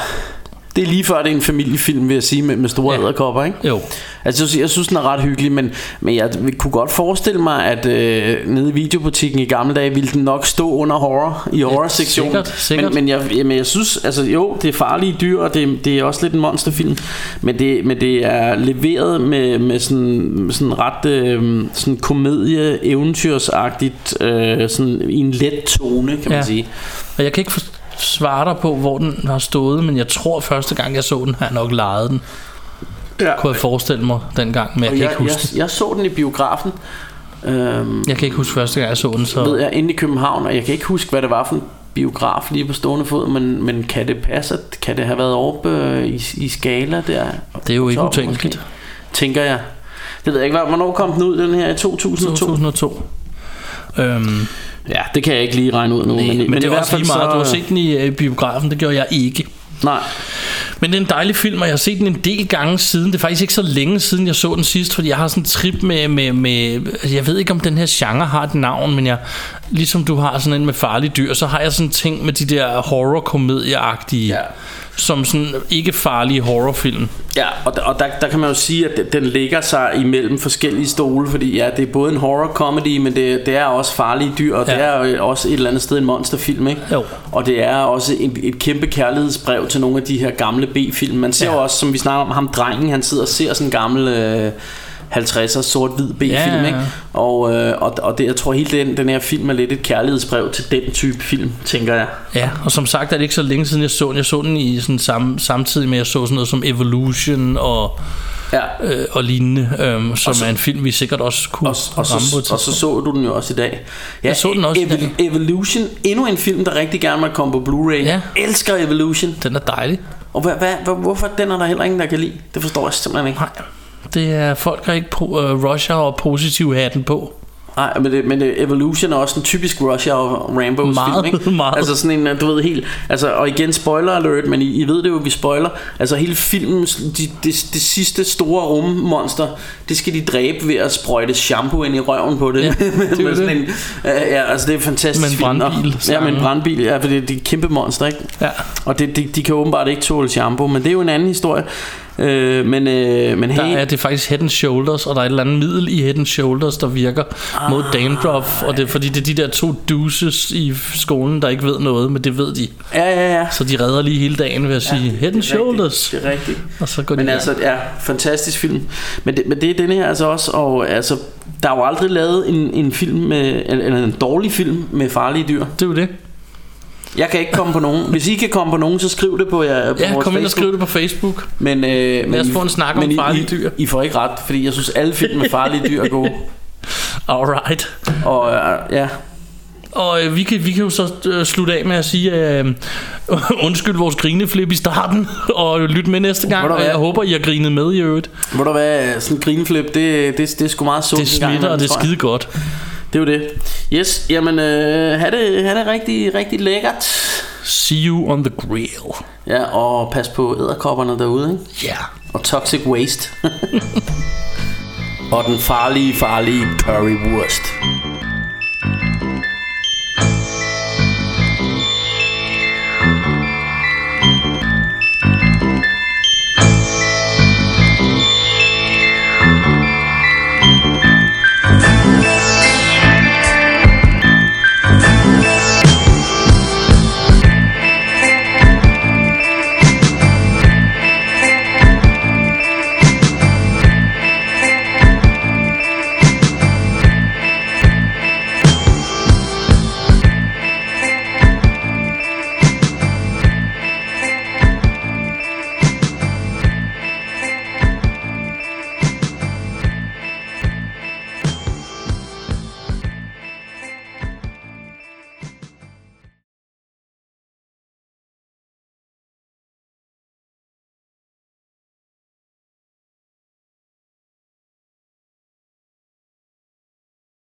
Speaker 4: det er lige før, det er en familiefilm, vil jeg sige, med, med store
Speaker 3: Ja.
Speaker 4: æderkopper, ikke?
Speaker 3: Jo.
Speaker 4: Altså, jeg synes- jeg synes, den er ret hyggelig, men, men jeg kunne godt forestille mig, at øh, nede i videobutikken i gamle dage, ville den nok stå under horror, i horror-sektionen.
Speaker 3: sikkert, sikkert.
Speaker 4: Men, men, jeg, jamen, jeg synes, altså jo, det er farlige dyr, og det, det er også lidt en monsterfilm, men det, men det er leveret med, med sådan, med sådan ret øh, sådan komedie-eventyrsagtigt, øh, sådan i en let tone, kan man
Speaker 3: Ja.
Speaker 4: sige.
Speaker 3: Og jeg kan ikke for- svare dig på, hvor den har stået, men jeg tror første gang, jeg så den, har jeg nok lejet den.
Speaker 4: Ja.
Speaker 3: Kunne jeg forestille mig dengang, men jeg
Speaker 4: Og
Speaker 3: kan
Speaker 4: jeg,
Speaker 3: ikke huske det.
Speaker 4: jeg, jeg så den i biografen. Øhm,
Speaker 3: Jeg kan ikke huske første gang, jeg så den, så...
Speaker 4: ved jeg, inde i København, og jeg kan ikke huske, hvad det var for en biograf lige på stående fod, men, men kan det passe, at kan det have været oppe øh, i, i skala der?
Speaker 3: Det er jo
Speaker 4: På
Speaker 3: ikke
Speaker 4: toppen
Speaker 3: utænkeligt.
Speaker 4: måske? Tænker jeg. Det ved jeg ikke, hvad- hvornår kom den ud, den her i 2002?
Speaker 3: 2002. Øhm, men,
Speaker 4: Ja, det kan jeg ikke lige regne ud nu.
Speaker 3: men, men det er også lige meget. Du har set den i øh, biografen, det gjorde jeg ikke.
Speaker 4: Nej,
Speaker 3: Men det er en dejlig film, og jeg har set den en del gange siden. Det er faktisk ikke så længe siden, jeg så den sidst, fordi jeg har sådan en trip med, med, med... altså, Jeg ved ikke, om den her genre har et navn, men jeg... Ligesom du har sådan en med farlige dyr, så har jeg sådan en ting med de der horror-komedieagtige...
Speaker 4: Ja.
Speaker 3: Som sådan ikke farlige horrorfilm.
Speaker 4: Ja, og, der, og der, der kan man jo sige, at den- den ligger sig imellem forskellige stole, fordi ja, det er både en horror-comedy, men det, det er også farlige dyr, og
Speaker 3: Ja.
Speaker 4: ja. det er jo også et eller andet sted en monsterfilm, ikke?
Speaker 3: Jo.
Speaker 4: Og det er også en, et kæmpe kærlighedsbrev til nogle af de her gamle B-film. Man ser
Speaker 3: Ja.
Speaker 4: ja. jo også, som vi snakker om, ham drengen, han sidder og ser sådan en gammel... Øh, 50'er sort-hvid B-film,
Speaker 3: Ja, ja, ja.
Speaker 4: ikke? Og, øh, og, og det, jeg tror hele den, den her film er lidt et kærlighedsbrev til den type film, tænker jeg.
Speaker 3: Ja, og som sagt er det ikke så længe siden, jeg så den. Jeg så den i sådan samme, samtidig med, at jeg så sådan noget som Evolution og,
Speaker 4: Ja.
Speaker 3: øh, og lignende, øhm, som så, er en film, vi sikkert også kunne
Speaker 4: Og, og,
Speaker 3: ramme på
Speaker 4: så,
Speaker 3: et
Speaker 4: og så
Speaker 3: tidspunkt.
Speaker 4: så du den jo også i dag. Ja,
Speaker 3: Jeg så den også i
Speaker 4: Ev-
Speaker 3: dag.
Speaker 4: Evolution, endnu en film, der rigtig gerne måtte komme på Blu-ray.
Speaker 3: Ja.
Speaker 4: Elsker Evolution.
Speaker 3: Den er dejlig.
Speaker 4: Og hvad, hvad, hvad, hvorfor den er der heller ingen, der kan lide? Det forstår jeg simpelthen ikke.
Speaker 3: Nej, det er folk, der ikke po- øh, rusher og positiv hatten på.
Speaker 4: Nej, men, det, men det, Evolution er også en typisk Rush og Rambo
Speaker 3: Meget,
Speaker 4: film,
Speaker 3: [LAUGHS]
Speaker 4: ikke?
Speaker 3: meget.
Speaker 4: Altså sådan en, du ved helt, altså, og igen spoiler alert, men I, I ved det jo, vi spoiler. Altså hele filmens, de, det, det sidste store rummonster, det skal de dræbe ved at sprøjte shampoo ind i røven på det. [LAUGHS]
Speaker 3: Ja,
Speaker 4: Ja,
Speaker 3: det er jo det.
Speaker 4: en, ja, altså det er fantastisk
Speaker 3: Med en
Speaker 4: film, og-
Speaker 3: brandbil.
Speaker 4: Ja, med en brandbil, ja, for det, det er et kæmpe monster, ikke?
Speaker 3: Ja.
Speaker 4: Og det, de, de kan åbenbart ikke tåle shampoo, men det er jo en anden historie. Øh, men, øh, men
Speaker 3: Der
Speaker 4: hey,
Speaker 3: er det faktisk Head and Shoulders, og der er et eller andet middel i Head and Shoulders, der virker mod
Speaker 4: Ah.
Speaker 3: dandruff, og det er fordi, det er de der to deuces i skolen, der ikke ved noget, men det ved de.
Speaker 4: ja, ja, ja.
Speaker 3: Så de redder lige hele dagen ved at sige, ja, Head and Shoulders,
Speaker 4: Det er rigtigt.
Speaker 3: og så går de
Speaker 4: Men
Speaker 3: i gang.
Speaker 4: altså, ja, fantastisk film. Men det, men det er den her altså også, og altså, der er jo aldrig lavet en, en film med, eller en dårlig film med farlige dyr.
Speaker 3: Det er jo det.
Speaker 4: Jeg kan ikke komme på nogen. Hvis I kan komme på nogen, så skriv det på, jer, på
Speaker 3: Ja,
Speaker 4: vores
Speaker 3: kom ind og
Speaker 4: Facebook.
Speaker 3: skriv det på Facebook.
Speaker 4: Men, øh, men
Speaker 3: os
Speaker 4: I-
Speaker 3: få en snak om
Speaker 4: men I-
Speaker 3: farlige
Speaker 4: I,
Speaker 3: dyr.
Speaker 4: I får ikke ret, fordi jeg synes, alle film med farlige dyr er gode.
Speaker 3: Alright.
Speaker 4: Og øh, ja,
Speaker 3: Og øh, vi, kan, vi kan jo så øh, slutte af med at sige, øh, [LAUGHS] undskyld vores grineflip i starten, [LAUGHS] og lyt med næste gang,
Speaker 4: Ved du
Speaker 3: og jeg
Speaker 4: hvad?
Speaker 3: håber, I har grinet med i øvrigt.
Speaker 4: må du være sådan en grinflip, det, det, det er sgu meget sundt.
Speaker 3: Det
Speaker 4: en gang
Speaker 3: smitter, og
Speaker 4: imellem,
Speaker 3: det er
Speaker 4: tror jeg.
Speaker 3: skide godt.
Speaker 4: Det er jo det. Yes, jamen, øh, ha' det, ha det rigtig, rigtig lækkert.
Speaker 3: See you on the grill.
Speaker 4: Ja, og pas på æderkopperne derude, ikke?
Speaker 3: Yeah.
Speaker 4: Og toxic [LAUGHS] waste. og den farlige, farlige currywurst.